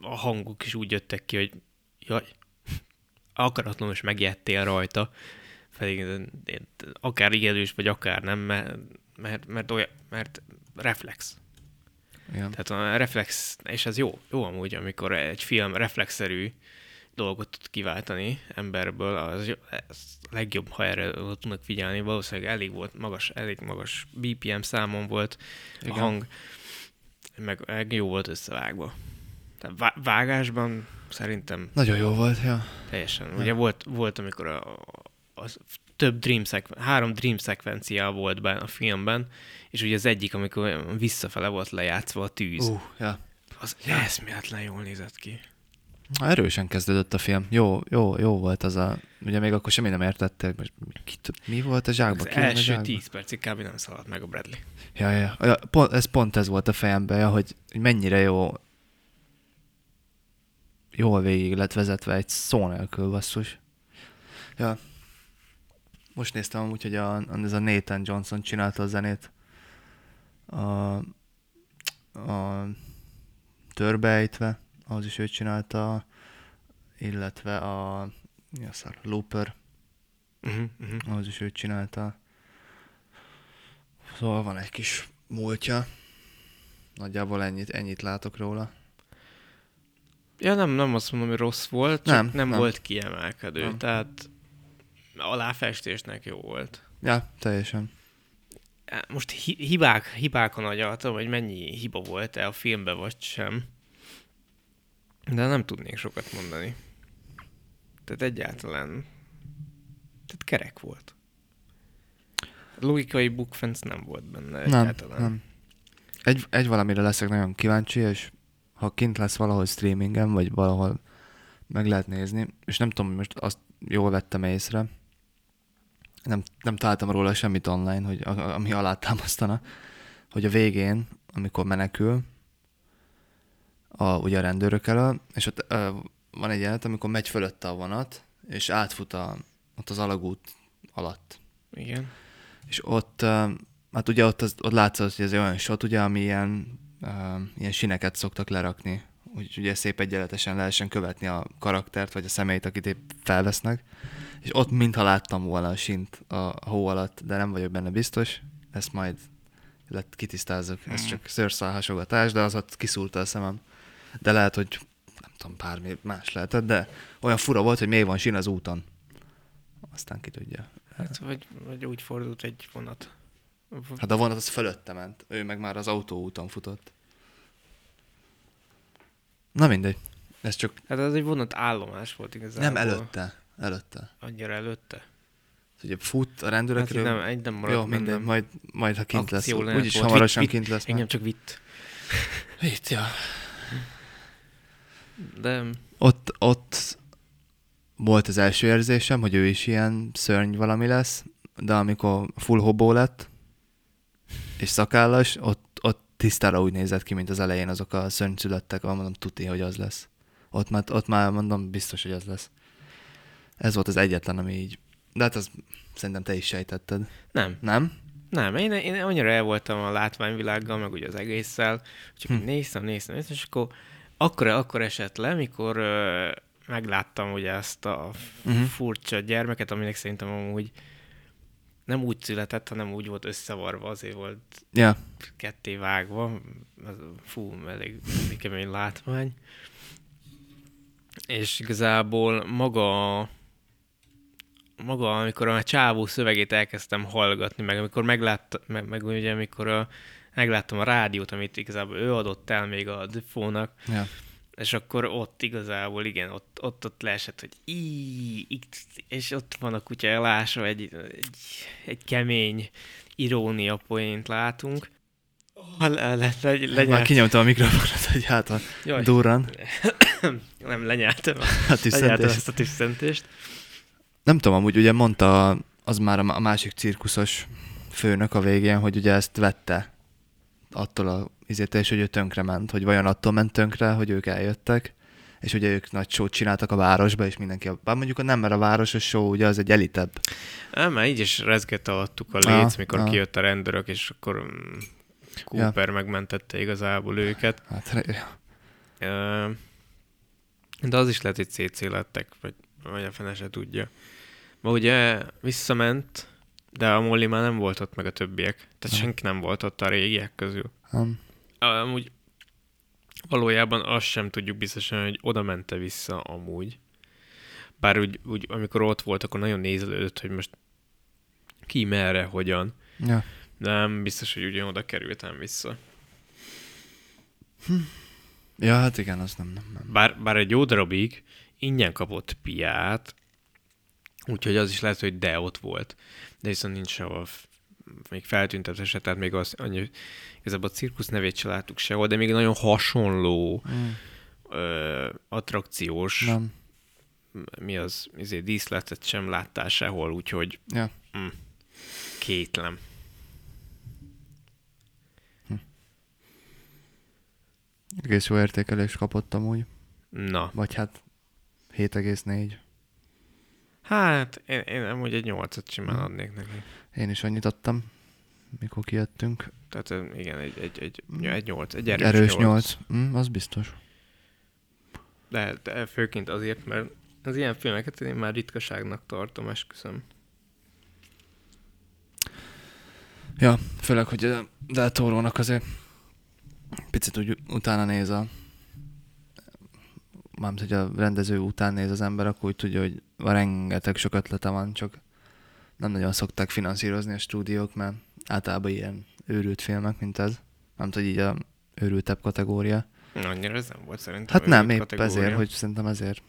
B: a hangok is úgy jöttek ki, hogy jaj, akaratlanul is megijedtél rajta. Pedig akár ijedős, vagy akár nem, mert, mert, mert, olyan, mert reflex.
C: Ja.
B: Tehát a reflex, és ez jó, jó amúgy, amikor egy film reflexzerű dolgot tud kiváltani emberből, az jó- ez a legjobb, ha erre tudnak figyelni. Valószínűleg elég volt magas, elég magas BPM számon volt
C: Igen.
B: Igen. a hang, meg, meg jó volt összevágva. Tehát vá- vágásban szerintem
C: Nagyon jó volt, ja.
B: teljesen. Ugye volt, volt amikor a, az több dream szekven, három dream szekvencia volt benne a filmben, és ugye az egyik, amikor visszafele volt lejátszva a tűz.
C: Uh, ja.
B: Az eszméletlen jól nézett ki.
C: Erősen kezdődött a film. Jó, jó, jó volt az a... Ugye még akkor semmi nem értette, most ki, tud- mi volt a zsákba?
B: Az
C: Ki van a
B: első
C: zsákba?
B: 10 percig kb. nem szaladt meg a Bradley.
C: Ja, ja, ja. Pont, ez pont ez volt a fejemben, ja, hogy hogy mennyire jó jól végig lett vezetve egy szó nélkül, basszus. Ja. Most néztem amúgy, hogy a, a- ez a Nathan Johnson csinálta a zenét. A, a törbeejtve, az is ő csinálta, illetve a, mi a szar, Looper,
B: Uh-huh, uh-huh.
C: az is ő csinálta. Szóval van egy kis múltja. Nagyjából ennyit, ennyit látok róla.
B: Ja, nem, nem azt mondom, hogy rossz volt, csak
C: Nem,
B: nem, nem,
C: nem.
B: volt kiemelkedő.
C: Nem.
B: Nem. Tehát aláfestésnek jó volt. E,
C: Ja, teljesen.
B: Most hi- hibák, hibákon agyaltam, hogy mennyi hiba volt-e a filmbe, vagy sem. De nem tudnék sokat mondani. Tehát egyáltalán... Tehát kerek volt. Logikai bookfence nem volt benne
C: Nem,
B: egyáltalán.
C: nem. Egy, egy valamire leszek nagyon kíváncsi, és ha kint lesz valahol streamingen, vagy valahol meg lehet nézni, és nem tudom, most azt jól vettem észre, nem, nem találtam róla semmit online, hogy a, a- ami alátámasztana, hogy a végén, amikor menekül, a, ugye a rendőrök elől, és ott ö, van egy jelenet, amikor megy fölötte a vonat, és átfut a, ott az alagút alatt.
B: Igen.
C: És ott, ö, hát ugye ott, az, ott látszott, hogy ez egy olyan shot, ugye, ami ilyen, ö, ilyen sineket szoktak lerakni, hogy ugye szép egyenletesen lehessen követni a karaktert, vagy a személyt, akit épp felvesznek. És ott mintha láttam volna a sint a hó alatt, de nem vagyok benne biztos, ezt majd lett kitisztázok, ez csak szőrszál hasogatás, de az ott kiszúrta a szemem. De lehet, hogy nem tudom, pár mi- más lehetett, de olyan fura volt, hogy még van sin az úton. Aztán ki tudja.
B: Hát, vagy, vagy úgy fordult egy vonat.
C: Hát a vonat az fölötte ment, ő meg már az autóúton futott. Na mindegy, ez csak
B: Hát az egy vonat állomás volt igazából.
C: nem előtte, előtte.
B: Annyira előtte.
C: Ez Ugye fut a
B: Hát,
C: rendőrökről,
B: nem, egy nem maradt
C: jó, mindegy,
B: bennem.
C: majd, majd ha kint lesz,
B: Akció lehet
C: úgyis
B: volt.
C: hamarosan
B: Vitt-
C: kint lesz.
B: Engem
C: Már.
B: csak vitt.
C: Itt, ja.
B: De
C: Ott, ott volt az első érzésem, hogy ő is ilyen szörny valami lesz, de amikor full hobó lett, és szakállas, ott, ott tisztára úgy nézett ki, mint az elején azok a szörnyszülöttek, ahol mondom, tuti, hogy az lesz. Ott már, ott már mondom, biztos, hogy az lesz. Ez volt az egyetlen, ami így... De hát az szerintem te is sejtetted.
B: nem,
C: Nem?
B: Nem, én, én annyira el voltam a látványvilággal, meg ugye az egésszel, csak hm. néztem, néztem, néztem, és akkor akkor, akkor esett le, mikor ö, megláttam ugye ezt a
C: Mhm.
B: uh-huh. furcsa gyermeket, aminek szerintem amúgy nem úgy született, hanem úgy volt összevarva, azért volt
C: Ja.
B: ketté vágva. Az- Fú, elég, elég kemény látvány. És igazából maga a- maga, amikor a csávó szövegét elkezdtem hallgatni, meg amikor meglátta, meg, meg ugye amikor a, megláttam a rádiót, amit igazából ő adott el még a Dufónak,
C: ja.
B: és akkor ott igazából, igen, ott ott, ott leesett, hogy így, és ott van a kutya elásva, egy, egy, egy kemény irónia poént látunk. Ha le, le, le,
C: Már
B: lenyelt,
C: kinyomtam a mikrofonot, hogy hát a
B: jaj,
C: durran. Hát
B: nem, lenyeltem, a-
C: A
B: lenyeltem
C: tüsszentést.
B: ezt a tüsszentést.
C: Nem tudom, amúgy ugye mondta az már a a másik cirkuszos főnök a végén, hogy ugye ezt vette attól a izét, és hogy ő tönkre ment, hogy vajon attól ment tönkre, hogy ők eljöttek, és ugye ők nagy sót csináltak a városba, és mindenki, a- bár mondjuk nem, mert a városos só ugye az egy elitebb.
B: Á, már így is rezgett alattuk a
C: Á,
B: léc, mikor
C: á.
B: kijött a rendőrök, és akkor mm, Cooper megmentette igazából őket.
C: Hát, re-
B: Ö, De az is lehet, hogy CC lettek, vagy, vagy a fene se tudja. Ma ugye visszament, de a Molly már nem volt ott, meg a többiek. Tehát senki nem volt ott a régiek közül.
C: nem.
B: Amúgy valójában azt sem tudjuk biztosan, hogy oda mente vissza amúgy. Bár úgy, úgy, amikor ott volt, akkor nagyon nézelődött, hogy most ki merre, hogyan.
C: ja.
B: De nem biztos, hogy ugyanoda kerültem vissza.
C: ja, hát igen, az nem, nem, nem.
B: Bár, bár egy jó darabig ingyen kapott piát, úgyhogy az is lehet, hogy de ott volt. De viszont nincs sehol f- még feltüntetve, tehát még az annyi, igazából a cirkusz nevét se láttuk sehol, de még nagyon hasonló,
C: Mm,
B: ö, attrakciós,
C: nem.
B: mi az, izé, díszletet sem láttál sehol, úgyhogy
C: Ja.
B: mm, kétlem.
C: Egész jó értékelést kapott amúgy,
B: Na,
C: vagy hát 7,4.
B: hát én, én amúgy egy nyolcat simán
C: Mm.
B: adnék neki.
C: Én is annyit adtam, mikor kijöttünk.
B: Tehát ö, igen, egy, egy, egy, egy nyolc, egy erős,
C: Erős, erős
B: nyolc.
C: 8. Mm, az biztos.
B: De, de főként azért, mert az ilyen filmeket én már ritkaságnak tartom, esküszöm.
C: Ja, főleg, hogy a Del Torónak azért picit úgy utána néz a mármint, hogy a rendező után néz az ember, akkor úgy tudja, hogy rengeteg sok ötlete van, csak nem nagyon szokták finanszírozni a stúdiók, mert általában ilyen őrült filmek, mint ez. Nem hogy így a őrültebb kategória.
B: Annyira ez nem volt szerintem.
C: Hát nem,
B: őrült
C: épp
B: kategória.
C: ezért, hogy szerintem ezért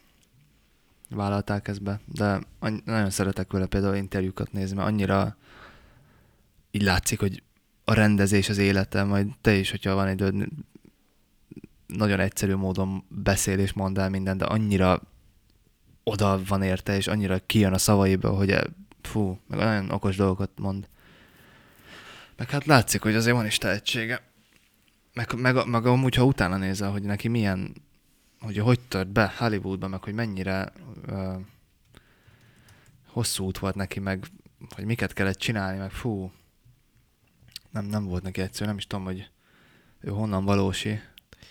C: vállalták ezt be. De any- nagyon szeretek vele például interjúkat nézni, mert annyira így látszik, hogy a rendezés az élete, majd te is, hogyha van időd, n- nagyon egyszerű módon beszél és mond el mindent, de annyira oda van érte, és annyira kijön a szavaiból, hogy e- fú, meg nagyon okos dolgokat mond. Meg hát látszik, hogy azért van is tehetsége. Meg, meg, meg amúgy, ha utána nézel, hogy neki milyen, hogy hogy tört be Hollywoodba, meg hogy mennyire ö, hosszú út volt neki, meg hogy miket kellett csinálni, meg fú, nem, nem volt neki egyszerű, nem is tudom, hogy ő honnan valósi.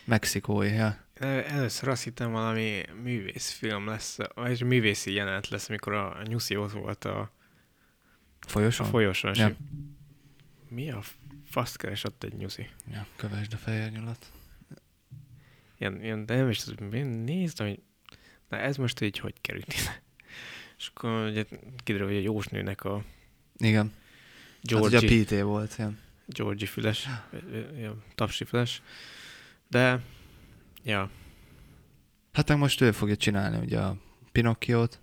C: Mexikói, ja.
B: El- Először azt hittem valami művészfilm lesz, vagy művészi jelenet lesz, mikor a Nyuszi ott volt a, a
C: Folyoson?
B: folyosón.
C: Ja.
B: Ja. Mi a fasz keres ott egy Nyuszi?
C: ja, kövesd a fehér nyulat.
B: Ilyen, ilyen, de nem is tudom, én néztem, hogy na ez most így hogy került ide. És akkor ugye kiderül, hogy a jósnőnek a
C: Igen.
B: Georgie.
C: Hát, ugye Hát, a PT volt, ja.
B: Georgi füles, ö- ö- ilyen tapsi füles. De, ja,
C: Hát meg most ő fogja csinálni ugye a Pinocchiót.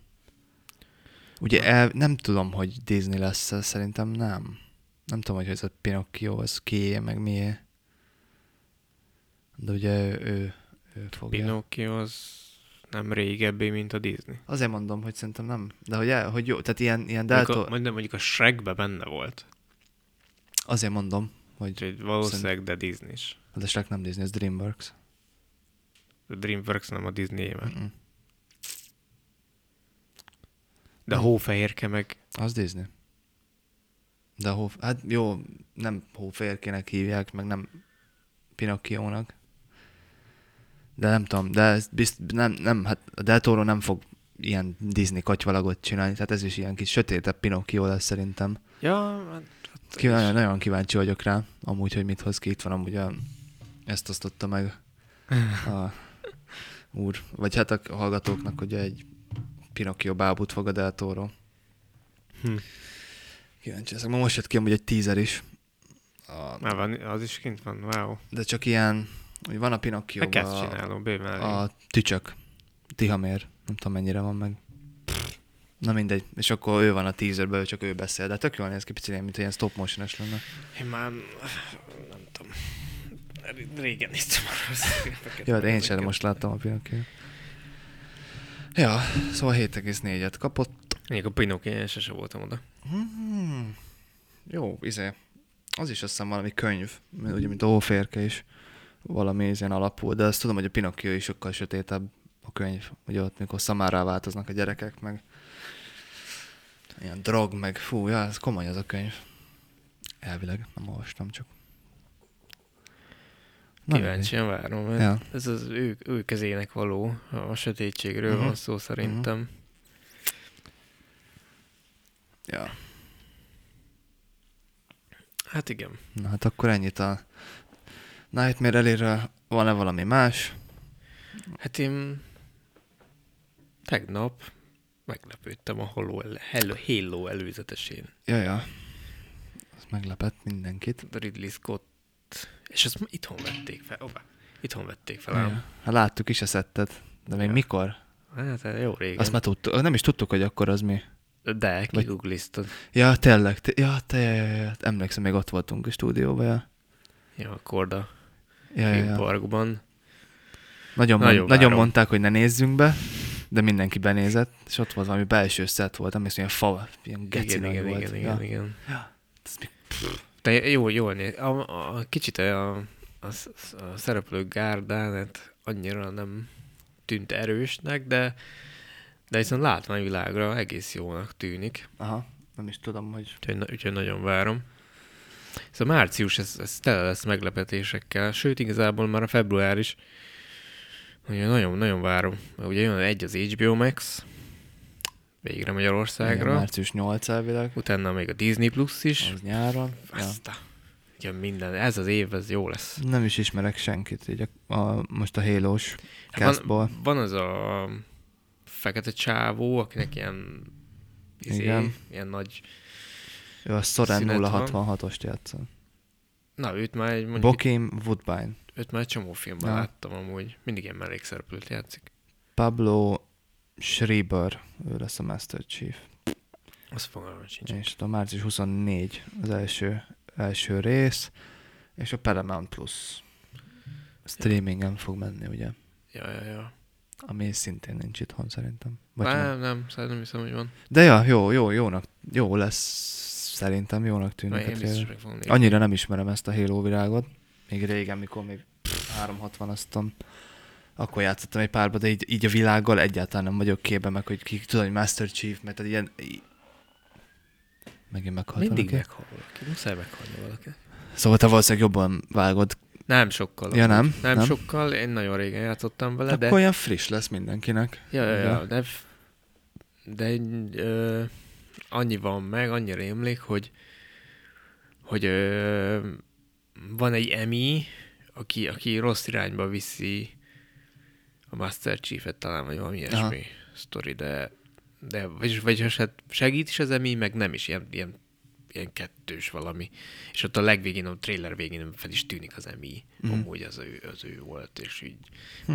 C: Ugye el, nem tudom, hogy Disney lesz -e, szerintem nem. Nem tudom, hogy ez a Pinocchio, az kié, meg mié. De ugye ő, ő, ő fogja.
B: Pinocchio az nem régebbi, mint a Disney.
C: Azért mondom, hogy szerintem nem. De hogy, el, hogy jó, tehát ilyen, ilyen
B: De
C: Del
B: mondjuk, a,
C: Toro,
B: mondjuk, mondjuk a Shrekbe benne volt.
C: azért mondom, hogy
B: Úgyhogy valószínűleg, de Disney is.
C: hát a Shrek nem Disney, ez Dreamworks.
B: A Dreamworks nem a disney mert.
C: Mm-mm.
B: De a Hófehérke meg,
C: Az Disney. De hó, hát jó, nem hóférkének hívják, meg nem Pinocchionak. De nem tudom, de ez bizt, nem, nem, hát a Del Toro nem fog ilyen Disney katyvalagot csinálni, tehát ez is ilyen kis sötétebb Pinocchio lesz szerintem.
B: Ja, hát, hát
C: Ki, nagyon, nagyon kíváncsi vagyok rá, amúgy, hogy mit hoz ki. Itt van amúgy a, ezt osztotta meg a úr, vagy hát a hallgatóknak ugye egy Pinocchio bábút fog a Del Toro.
B: Hm.
C: Kíváncsi leszek. Ma most jött ki amúgy egy tízer is. A,
B: Már van, az is kint van, wow.
C: de csak ilyen, hogy van a Pinocchio
B: Hát kezd csinálom, bőven elég.
C: a tücsök, Tihamér, nem tudom mennyire van meg. Na mindegy, és akkor ő van a teaserben, ő csak ő beszél, de tök jól néz ki picit, ilyen, mint ilyen stop motion lenne.
B: Én már nem tudom. Régen néztem arra a
C: Jó, hát én sem most láttam a Pinocchio. Ja, szóval 7,4-et kapott.
B: Még a Pinocchio, én sose voltam oda.
C: Hmm. Jó, izé. Az is azt hiszem valami könyv, mert ugye, mint a hóférke is valami ilyen alapú, de azt tudom, hogy a Pinocchio is sokkal sötétebb a könyv, ugye ott, mikor szamárá változnak a gyerekek, meg ilyen drog, meg fú, ja, ez komoly az a könyv. Elvileg, nem olvastam csak. Na,
B: Kíváncsian várom, mert
C: Ja.
B: ja. ez az ő, ő kezének való, a sötétségről
C: Mhm.
B: van szó szerintem.
C: Ja.
B: Hát igen.
C: Na hát akkor ennyit a Nightmare elére van-e valami más?
B: Hát én tegnap meglepődtem a Halo, el- Hello, Halo előzetesén.
C: Ja, ja. Az meglepett mindenkit.
B: A Ridley Scott, és ezt ma itthon vették fel. Opa, itthon vették fel.
C: Ja.
B: ám.
C: Hát láttuk is a szettet, de még
B: Ja.
C: mikor?
B: Hát hát jó régen.
C: Azt már tudtuk, nem is tudtuk, hogy akkor az mi.
B: De,
C: Vagy-
B: kigugliztad.
C: Ja, tényleg, te, ja, te, ja, ja, ja, emlékszem, még ott voltunk a stúdióban, ja.
B: Ja, a Korda
C: ja, ja, ja.
B: parkban.
C: Nagyon,
B: Nagyon
C: mond, nagyon
B: várom.
C: mondták, hogy ne nézzünk be, de mindenki benézett, és ott volt valami belső szett volt, emlékszem, ilyen fa, ilyen geci
B: Igen,
C: nagy
B: igen,
C: volt.
B: igen,
C: ja.
B: igen, igen.
C: Ez mi-
B: De jó, jól néz. A, a, a kicsit a, a, a, a szereplő gárdán hát annyira nem tűnt erősnek, de de viszont látványvilágra egész jónak tűnik,
C: Aha, nem is tudom, hogy...
B: úgyhogy, na- úgyhogy nagyon várom. Szóval március, ez, ez tele lesz meglepetésekkel, sőt igazából már a február is. Ugye nagyon-nagyon várom. Mert Ugye jön egy az HBO Max, végre Magyarországra,
C: Igen, március 8 elvileg,
B: utána még a Disney Plus is,
C: az nyáron. Ja.
B: azt a... Ugye minden, ez az év, ez jó lesz.
C: Nem is ismerek senkit, így a, a, most a Halo-s castból.
B: Hát Van, van az a fekete csávó, akinek ilyen, izé,
C: Igen.
B: Igen. ilyen nagy...
C: Ő a Soren
B: szünet van.
C: 066-ost játsza.
B: Na, őt már, egy, mondjuk, Bok-
C: Bokim Woodbine,
B: őt már egy csomó filmben
C: Ja.
B: ja. láttam amúgy. Mindig ilyen mellékszereplőt játszik.
C: Pablo Schreiber, ő lesz a Master Chief.
B: Azt fogalmam sincs.
C: És a március 24 az első, első rész, és a Paramount Plus streamingen fog menni, ugye?
B: Ja, ja, ja.
C: Ami szintén nincs itthon szerintem. Vagy
B: Nem,
C: van?
B: nem, nem, szerintem nem hiszem, hogy van.
C: De ja, jó, jó, jónak, jó lesz szerintem, jónak
B: Na,
C: tűnik a
B: én biztos
C: trailer.
B: meg fogom nézni.
C: Annyira nem ismerem ezt a Halo világot. Még régen, mikor még 360 aztam, akkor játszottam egy párba, de így, így a világgal egyáltalán nem vagyok képben, meg hogy ki tudod, hogy Master Chief, mert egy ilyen... í- Megint meghaltam.
B: Mindig
C: oké?
B: meghal valaki. Muszáj meghalni valaki.
C: Szóval te valószínűleg jobban vágod.
B: Nem sokkal.
C: Ja,
B: amúgy.
C: nem?
B: nem?
C: Nem?
B: sokkal, én nagyon régen játszottam vele,
C: De
B: de...
C: akkor olyan friss lesz mindenkinek.
B: Ja, ja,
C: Ugye?
B: ja, de, f- de ö, annyi van meg, annyi rémlik, hogy, hogy ö, van egy Emi, aki, aki rossz irányba viszi a Master Chief-et talán, vagy valami
C: Aha.
B: ilyesmi sztori, de, de vagy, vagy hát segít is az Emi, meg nem is, ilyen, ilyen, ilyen kettős valami. És ott a legvégén, a trailer végén fel is tűnik az Emi,
C: Mhm. Hm.
B: mm. amúgy az ő, az ő volt, és így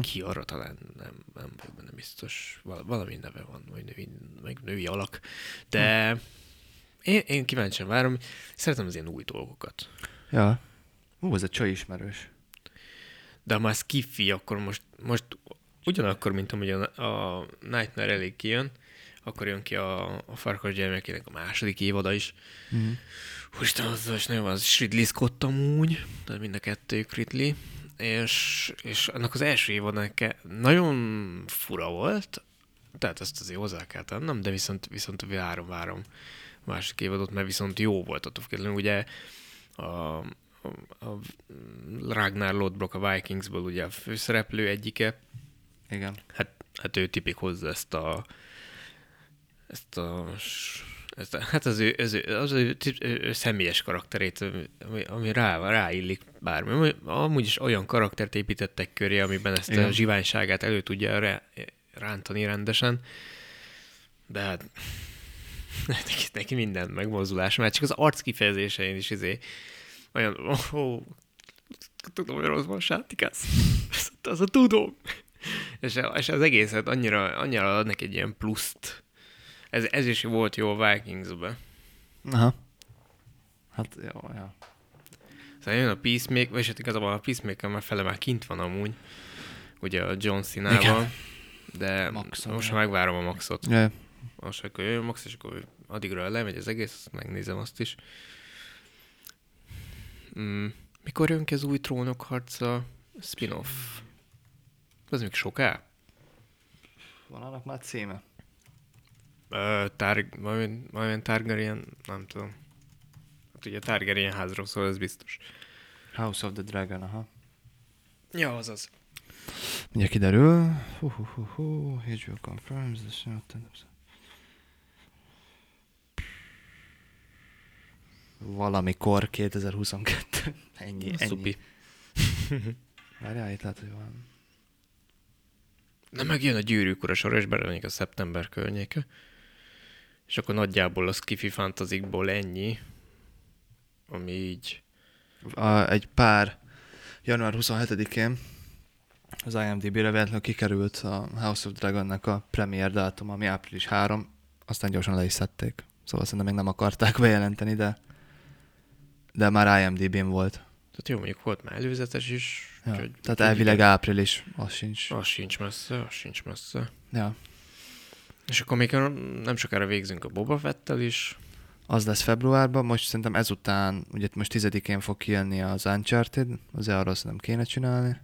B: ki arra talán nem, nem vagyok benne biztos, Val- valami neve van, vagy női, meg női alak, de
C: Hm.
B: én, én kíváncsian várom, szeretem az ilyen új dolgokat.
C: ja. Ú, ez a csaj ismerős.
B: De ha már skiffi, akkor most, most ugyanakkor, mint amilyen a Nightmare elég kijön, akkor jön ki a, a Farkas gyermekének a második évada is.
C: Mhm.
B: Úristen, azzal is nagyon van, az is Ridley Scott amúgy, de mind a kettőjük Ridley, és, és annak az első évadnak nagyon fura volt, tehát ezt azért hozzá kell tennem, de viszont, viszont várom, várom a második évadot, mert viszont jó volt attól függetlenül, ugye a, a Ragnar Lodbrok a Vikingsból ugye a főszereplő egyike,
C: Igen.
B: hát, hát ő tipik hozzá ezt a ezt a, s- ezt a hát az ő, az ő, az ő, tip- ő, ő személyes karakterét, ami, ami rá, ráillik bármi. Amúgy- Amúgy is olyan karaktert építettek köré, amiben ezt Igen. a
C: Igen.
B: zsiványságát elő tudja rá, rántani rendesen. De hát neki, neki minden megmozdulás, már csak az arc kifejezésein is izé olyan, ó, ó tudom, hogy rossz van, sátikász. Az, az a tudom. És, és az egészet annyira, annyira ad neki egy ilyen pluszt. Ez, ez is volt jó a Vikings-be.
C: Aha. Hát, jó, jó.
B: Szóval jön a Peacemaker, vagy hát igazából a Peacemaker már fele már kint van amúgy, ugye a John Cena-val,
C: Igen.
B: de
C: Maxon,
B: most
C: ja.
B: már megvárom a Maxot.
C: Jaj.
B: Most akkor jön Max, és akkor addigra lemegy az egész, azt megnézem azt is. Mm. Mikor jön ki az új trónok harca spin-off? Az még soká?
C: Van annak már címe?
B: Ö, Targ, valamilyen, valamilyen Targaryen, nem tudom. Hát ugye Targaryen házról szól, ez biztos.
C: House of the Dragon, aha.
B: Ja, azaz.
C: Mindjárt kiderül. Hú, hú, hú, hú. HBO confirms. the show attendance. Valamikor 2022. Ennyi, ennyi.
B: Szupi.
C: Várjál, itt lehet, hogy van.
B: Na megjön a gyűrűk ura sor, és belemenik a szeptember környéke. És akkor nagyjából a skifi fantazikból ennyi, ami így...
C: A, egy pár január 27-én az IMDb-re véletlenül kikerült a House of Dragon-nek a premier dátum, ami április 3, aztán gyorsan le is szedték. Szóval szerintem még nem akarták bejelenteni, de, de már IMDb-n volt.
B: Tehát jó, mondjuk volt már előzetes is.
C: Ja.
B: úgyhogy- Ah.
C: Tehát elvileg április, az sincs.
B: Az sincs messze, az sincs messze.
C: Ja.
B: És akkor még nem sokára végzünk a Boba Fettel is.
C: Az lesz februárban, most szerintem ezután, ugye most 10-én fog kijönni az Uncharted, az arról szerintem kéne csinálni.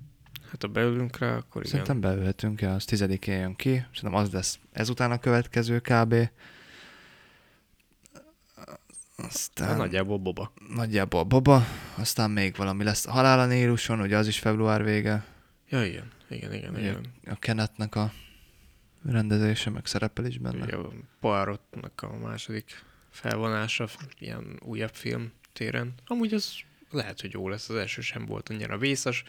B: Hát ha beülünk rá, akkor igen.
C: Szerintem beülhetünk, ja, az tizedikén jön ki, szerintem az lesz ezután a következő kb.
B: Hát
C: Aztán
B: nagyjából Boba.
C: nagyjából Baba, aztán még valami lesz a Halál a Níluson, ugye az is február vége,
B: Ja, igen. Igen, igen,
C: ugye
B: igen.
C: a Kenetnek a rendezése, meg szerepel is benne.
B: Ugye a Poirotnak a második felvonása ilyen újabb film téren. Amúgy az lehet, hogy jó lesz, az első sem volt annyira vészes,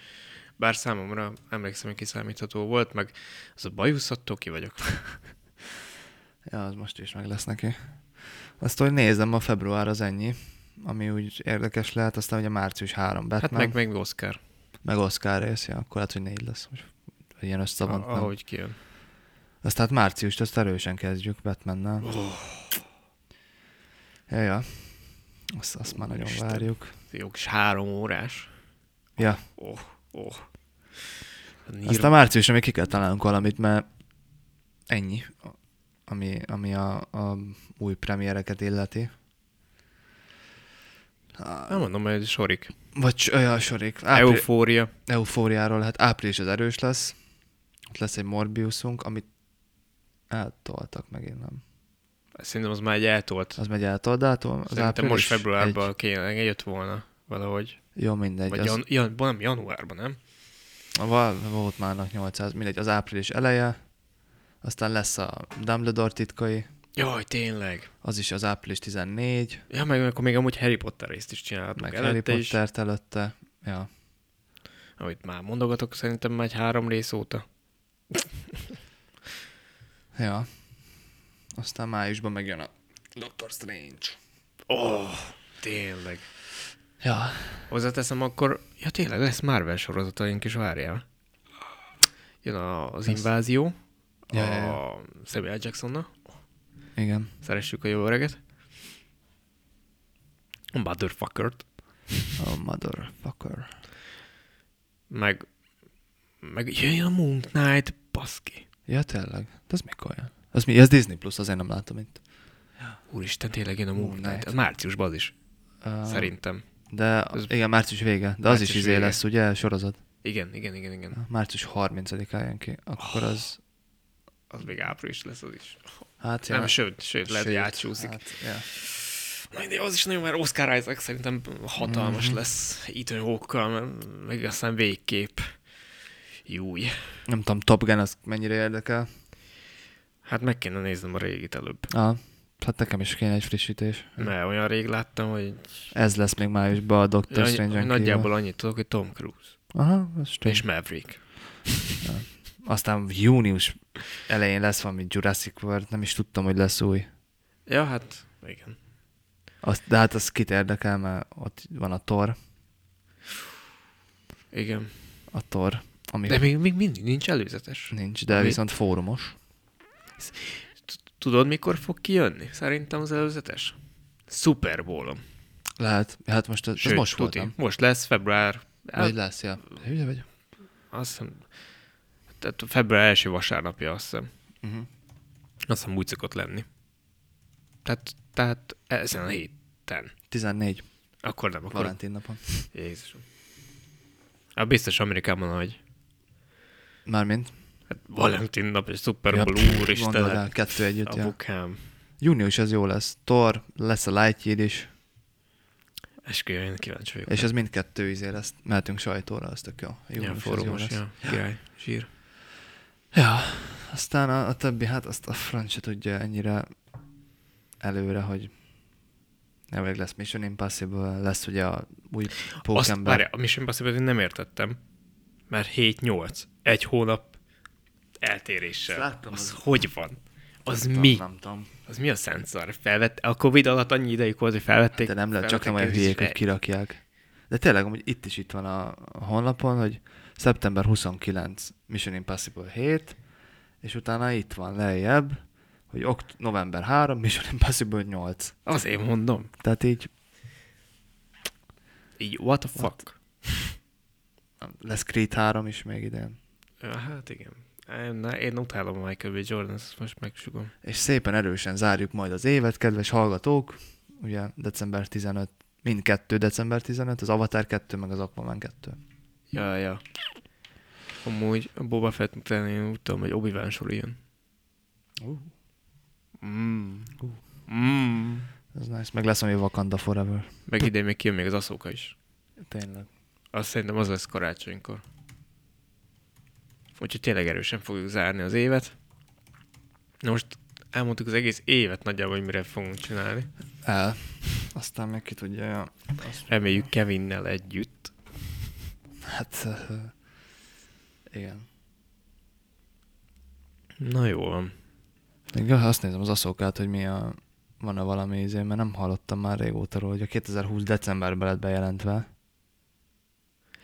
B: bár számomra emlékszem, hogy kiszámítható volt, meg az a bajuszattól ki vagyok.
C: Ja, az most is meg lesz neki. Azt, hogy nézem, a február az ennyi, ami úgy érdekes lehet, aztán ugye március 3 Batman,
B: Hát meg, meg Oscar,
C: meg Oscar rész, ja, akkor lehet, hogy négy lesz. Most ilyen összevont,
B: a-
C: nem?
B: Ah, ahogy kijön.
C: Azt hát márciust, azt erősen kezdjük Batmannel. Oh. Ja, ja. Azt, azt már nagyon
B: Isten.
C: Isten. várjuk.
B: Jó kis három órás.
C: Ja,
B: Oh, oh.
C: aztán márciusra még ki kell találnunk valamit, mert ennyi, ami, ami a, a új premiereket illeti.
B: Nem mondom, hogy sorik.
C: Vagy olyan sorik. Ápri...
B: Eufória.
C: Eufóriáról, hát április az erős lesz. Ott lesz egy Morbiusunk, amit eltoltak megint, nem?
B: Szerintem az már egy eltolt.
C: Az megy eltol dátum? hát Az
B: Szerintem
C: április
B: most
C: Egy...
B: februárban kéne, jött volna valahogy.
C: Jó, mindegy.
B: Vagy
C: az-
B: jan, jan, nem, januárban, nem?
C: Val- volt márnak 800, mindegy, az április eleje, aztán lesz a Dumbledore titkai,
B: Jaj, tényleg.
C: az is az április 14,
B: Ja, meg akkor még amúgy Harry Potter részt is csináltuk
C: meg
B: meg
C: Harry
B: előtte is,
C: Pottert előtte. Ja.
B: amit már mondogatok, szerintem már egy három rész óta.
C: ja. Aztán májusban megjön a Doctor Strange.
B: Oh, tényleg.
C: Ja,
B: Hozzáteszem akkor, ja tényleg lesz Marvel sorozataink is, várjál. Jön a, az invázió,
C: Ja, ja,
B: a Samuel Jacksonnal,
C: igen.
B: szeressük a jó öreget. A motherfuckert.
C: A Oh, motherfucker.
B: Meg, meg jöjjön a Moon Knight, baszki.
C: Ja, tényleg. De az mikor jön? Az mi? Ez Disney Plus, azért nem látom itt.
B: Úristen, tényleg jön a Moon
C: Moon
B: Knight.
C: Knight.
B: Márciusban az is,
C: Uh,
B: szerintem.
C: De
B: Ez-
C: igen, március vége. De az is
B: Március
C: izé
B: vége.
C: lesz, ugye, sorozat.
B: Igen, igen, igen, igen.
C: Március 30-án jön ki. Akkor az...
B: Az még április lesz az is.
C: Hát,
B: Nem,
C: ja,
B: sőt, sőt, lehet, hogy átcsúszik.
C: Hát, ja.
B: Na, de az is nagyon, mert Oscar Isaac szerintem hatalmas mm-hmm. lesz Ethan Hawke-kal, meg aztán végkép. Júj.
C: Nem tudom, Top Gun az mennyire érdekel.
B: Hát meg kéne néznem a régit előbb.
C: Ah, hát nekem is kéne egy frissítés.
B: Mert olyan rég láttam, hogy
C: Ez lesz még májusban a Doctor
B: nagy-
C: Strange-en kívül.
B: nagyjából annyit tudok, hogy Tom Cruise
C: Aha, az
B: és
C: Strange.
B: Maverick.
C: Aztán június elején lesz valami Jurassic World, nem is tudtam, hogy lesz új.
B: Ja, hát igen.
C: Azt, de hát az kit érdekel, mert ott van a Thor,
B: Igen.
C: a Thor, ami
B: De még, még mindig nincs előzetes.
C: nincs, de
B: mi-
C: viszont fórumos.
B: Tudod, mikor fog kijönni? Szerintem az előzetes. Super Bowl-on.
C: Lehet, hát most ez, ez
B: Sőt,
C: most volt,
B: tuti,
C: nem?
B: Most lesz, február.
C: Vagy
B: Hát,
C: lesz, ja. Hülye vagy?
B: azt hiszem, tehát február első vasárnapja, azt hiszem.
C: Mhm.
B: Azt hiszem úgy szokott lenni. Tehát, tehát ezen a héten.
C: 14,
B: Akkor nem, akkor...
C: Valentin napon.
B: Jézusom. Hát biztos Amerikában, hogy
C: Mármint.
B: hát Valentin nap és Super
C: Ja,
B: Bowl,
C: pff, gondold el,
B: úristen. hát
C: kettő együtt, ja.
B: Apukám.
C: Június ez jó lesz. Thor, lesz a Lightyear is,
B: Esküljön, én kíváncsi vagyok.
C: és ez mindkettő izé lesz. Mehetünk sajtóra, az tök jó.
B: ja,
C: Június ez jó
B: forrós,
C: lesz.
B: ja, király, zsír.
C: Ja, aztán a, a többi, hát azt a franc se tudja ennyire előre, hogy nem elég lesz Mission Impossible, lesz ugye a új
B: Azt,
C: pókember.
B: várj, a Mission Impossible-t én nem értettem. Mert 7-8, egy hónap eltéréssel.
C: Azt láttam,
B: az,
C: az-
B: hogy van? Az
C: Nem
B: mi?
C: tudom, Nem tudom.
B: Az mi a szenzor? Felvett, a Covid alatt annyi ideig volt, hogy felvették.
C: Hát De nem lehet, csak nem
B: felvették
C: olyan
B: és
C: hülyék, hogy
B: egy-
C: kirakják. De tényleg, amúgy itt is itt van a a honlapon, hogy szeptember 29 Mission Impossible 7, és utána itt van lejjebb, hogy okt- november 3 Mission Impossible 8.
B: Azért mondom.
C: Tehát így
B: Így, what the fuck?
C: lesz Creed 3 is még idén.
B: Ja, hát igen. Én, na, én utálom a Michael B. Jordan, ezt most megsugom.
C: És szépen erősen zárjuk majd az évet, kedves hallgatók. Ugye december 15, mindkettő december 15, az Avatar 2, meg az Aquaman 2.
B: Ja, ja. Amúgy a Boba Fett után én úgy tudom, hogy Obi-Wan sor jön.
C: Uh.
B: Mm. Mm.
C: Ez nice. Meg lesz, ami Wakanda Forever.
B: Meg idén még kijön még az Aszóka is.
C: Tényleg.
B: Azt szerintem az lesz karácsonykor. Úgyhogy tényleg erősen fogjuk zárni az évet. Na most elmondtuk az egész évet nagyjából, hogy mire fogunk csinálni.
C: El. Aztán meg ki tudja, ja.
B: Reméljük Kevinnel együtt.
C: hát uh, igen.
B: Na jó van.
C: Még azt nézem az aszókát, hogy mi a, van-e valami izé, mert nem hallottam már régóta róla, hogy a 2020 decemberben lett bejelentve.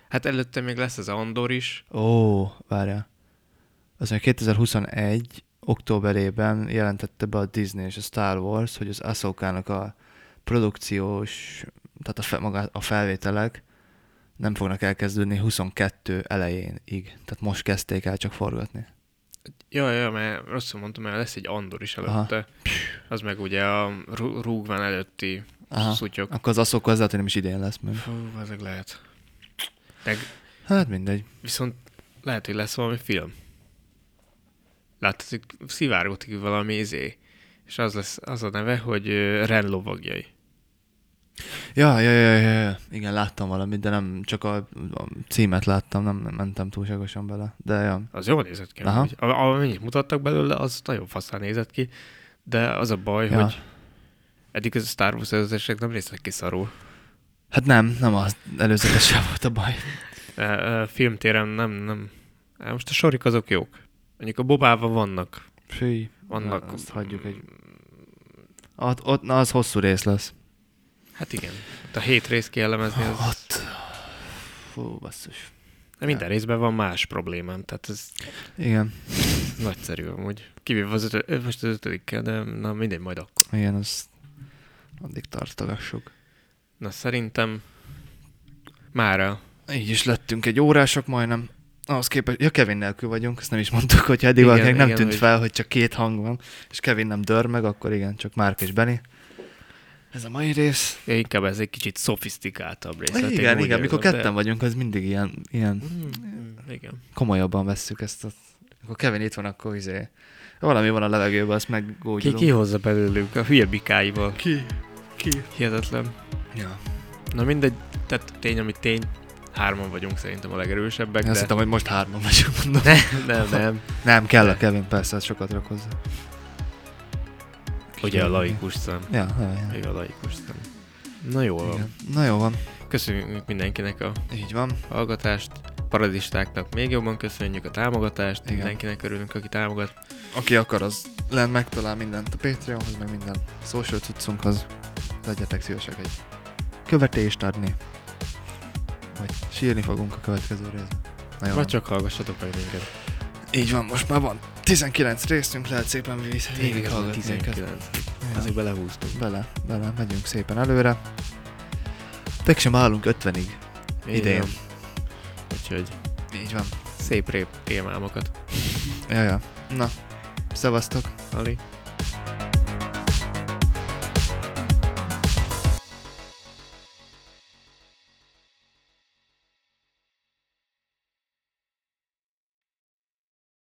B: Hát előtte még lesz az Andor is.
C: Ó, várjál. Azt mondja, 2021 októberében jelentette be a Disney és a Star Wars, hogy az Ahsokának a produkciós, tehát a, fe, maga, a felvételek nem fognak elkezdődni 22 elejénig. Tehát most kezdték el csak forgatni.
B: Ja, ja, mert rosszul mondtam, mert lesz egy Andor is előtte. Aha. Az meg ugye a Rú- Rúgván előtti Aha. szutyok.
C: Akkor az Ahsoka az lehet, hogy nem is idén lesz meg.
B: Fú, ezek lehet. Meg
C: Hát mindegy.
B: Viszont lehet, hogy lesz valami film. Látod, hogy szivárgott ki valami izé. És az lesz az a neve, hogy ö, Ren lovagjai.
C: Ja, ja, ja, ja, ja. Igen, láttam valamit, de nem csak a, a címet láttam, nem, nem mentem túlságosan bele. De ja.
B: Az jól nézett ki.
C: Aha.
B: amúgy. A- Amennyit mutattak belőle, az nagyon faszán nézett ki. De az a baj,
C: ja.
B: hogy eddig ez a Star Wars előzések nem néztek ki szarul.
C: Hát nem, nem az előzetesen volt a baj.
B: E, e, Filmtéren nem, nem. E, Most a sorik azok jók. Mondjuk a bobában vannak.
C: Fű,
B: Vannak.
C: Na, azt hagyjuk egy... Ott, ott, na, az hosszú rész lesz.
B: Hát igen. Hát a hét rész kielemezni, az...
C: Ott. Fú, basszus.
B: De minden részben van más problémám. Tehát ez
C: Igen,
B: Nagyszerű amúgy. Kivéve az ötö- ö, most az ötödikkel, de na mindegy, majd akkor.
C: igen, az addig tartogassuk.
B: Na szerintem mára.
C: Így is lettünk egy órások majdnem. Ahhoz képest, ja Kevin nélkül vagyunk, ezt nem is mondtuk, hogy eddig
B: Igen,
C: valakinek nem
B: igen,
C: tűnt
B: hogy-
C: fel, hogy csak két hang van, és Kevin nem dör meg, akkor igen, csak Márk és Benny. Ez a mai rész.
B: Ja, inkább ez egy kicsit szofisztikáltabb rész.
C: igen, igen, mikor ketten vagyunk, az mindig ilyen, ilyen
B: Mm, igen.
C: komolyabban vesszük ezt. A... Akkor Kevin itt van, akkor izé, valami van a levegőben, azt
B: Ki,
C: meggógyulunk.
B: ki hozza belőlük a hülye bikáival?
C: ki?
B: ki. Hihetetlen.
C: Ja.
B: Na mindegy, tehát tény, ami tény. Hárman vagyunk szerintem a legerősebbek,
C: Én azt
B: de...
C: hittem, hogy most hárman vagyok, mondom.
B: Nem, nem.
C: Nem, kell a Kevin, persze, az sokat rak hozzá.
B: Ugye a laikus szem.
C: Ja, ja, ja.
B: Ugye a laikus szem. Na jól van.
C: Igen. Na jó van,
B: Köszönjük mindenkinek a
C: így van.
B: hallgatást. Paradistáknak még jobban köszönjük a támogatást.
C: Igen.
B: Mindenkinek örülünk, aki támogat.
C: Aki akar, az len megtalál mindent a Patreonhoz, meg minden social cuccunkhoz. Legyetek szívesek egy követést adni. Vagy sírni fogunk a következő részben. Na jó.
B: Vagy csak hallgassatok meg minket.
C: Így van, most már van 19 részünk, lehet szépen víz- végighallgatni őket. Ja.
B: 19. Azért belehúztunk.
C: Bele, bele, megyünk szépen előre. Tök sem állunk 50-ig.
B: Így
C: Idén.
B: van. Úgyhogy
C: Így van.
B: szép rép rémálmokat.
C: Ja, ja. Na, szevasztok.
B: Ali.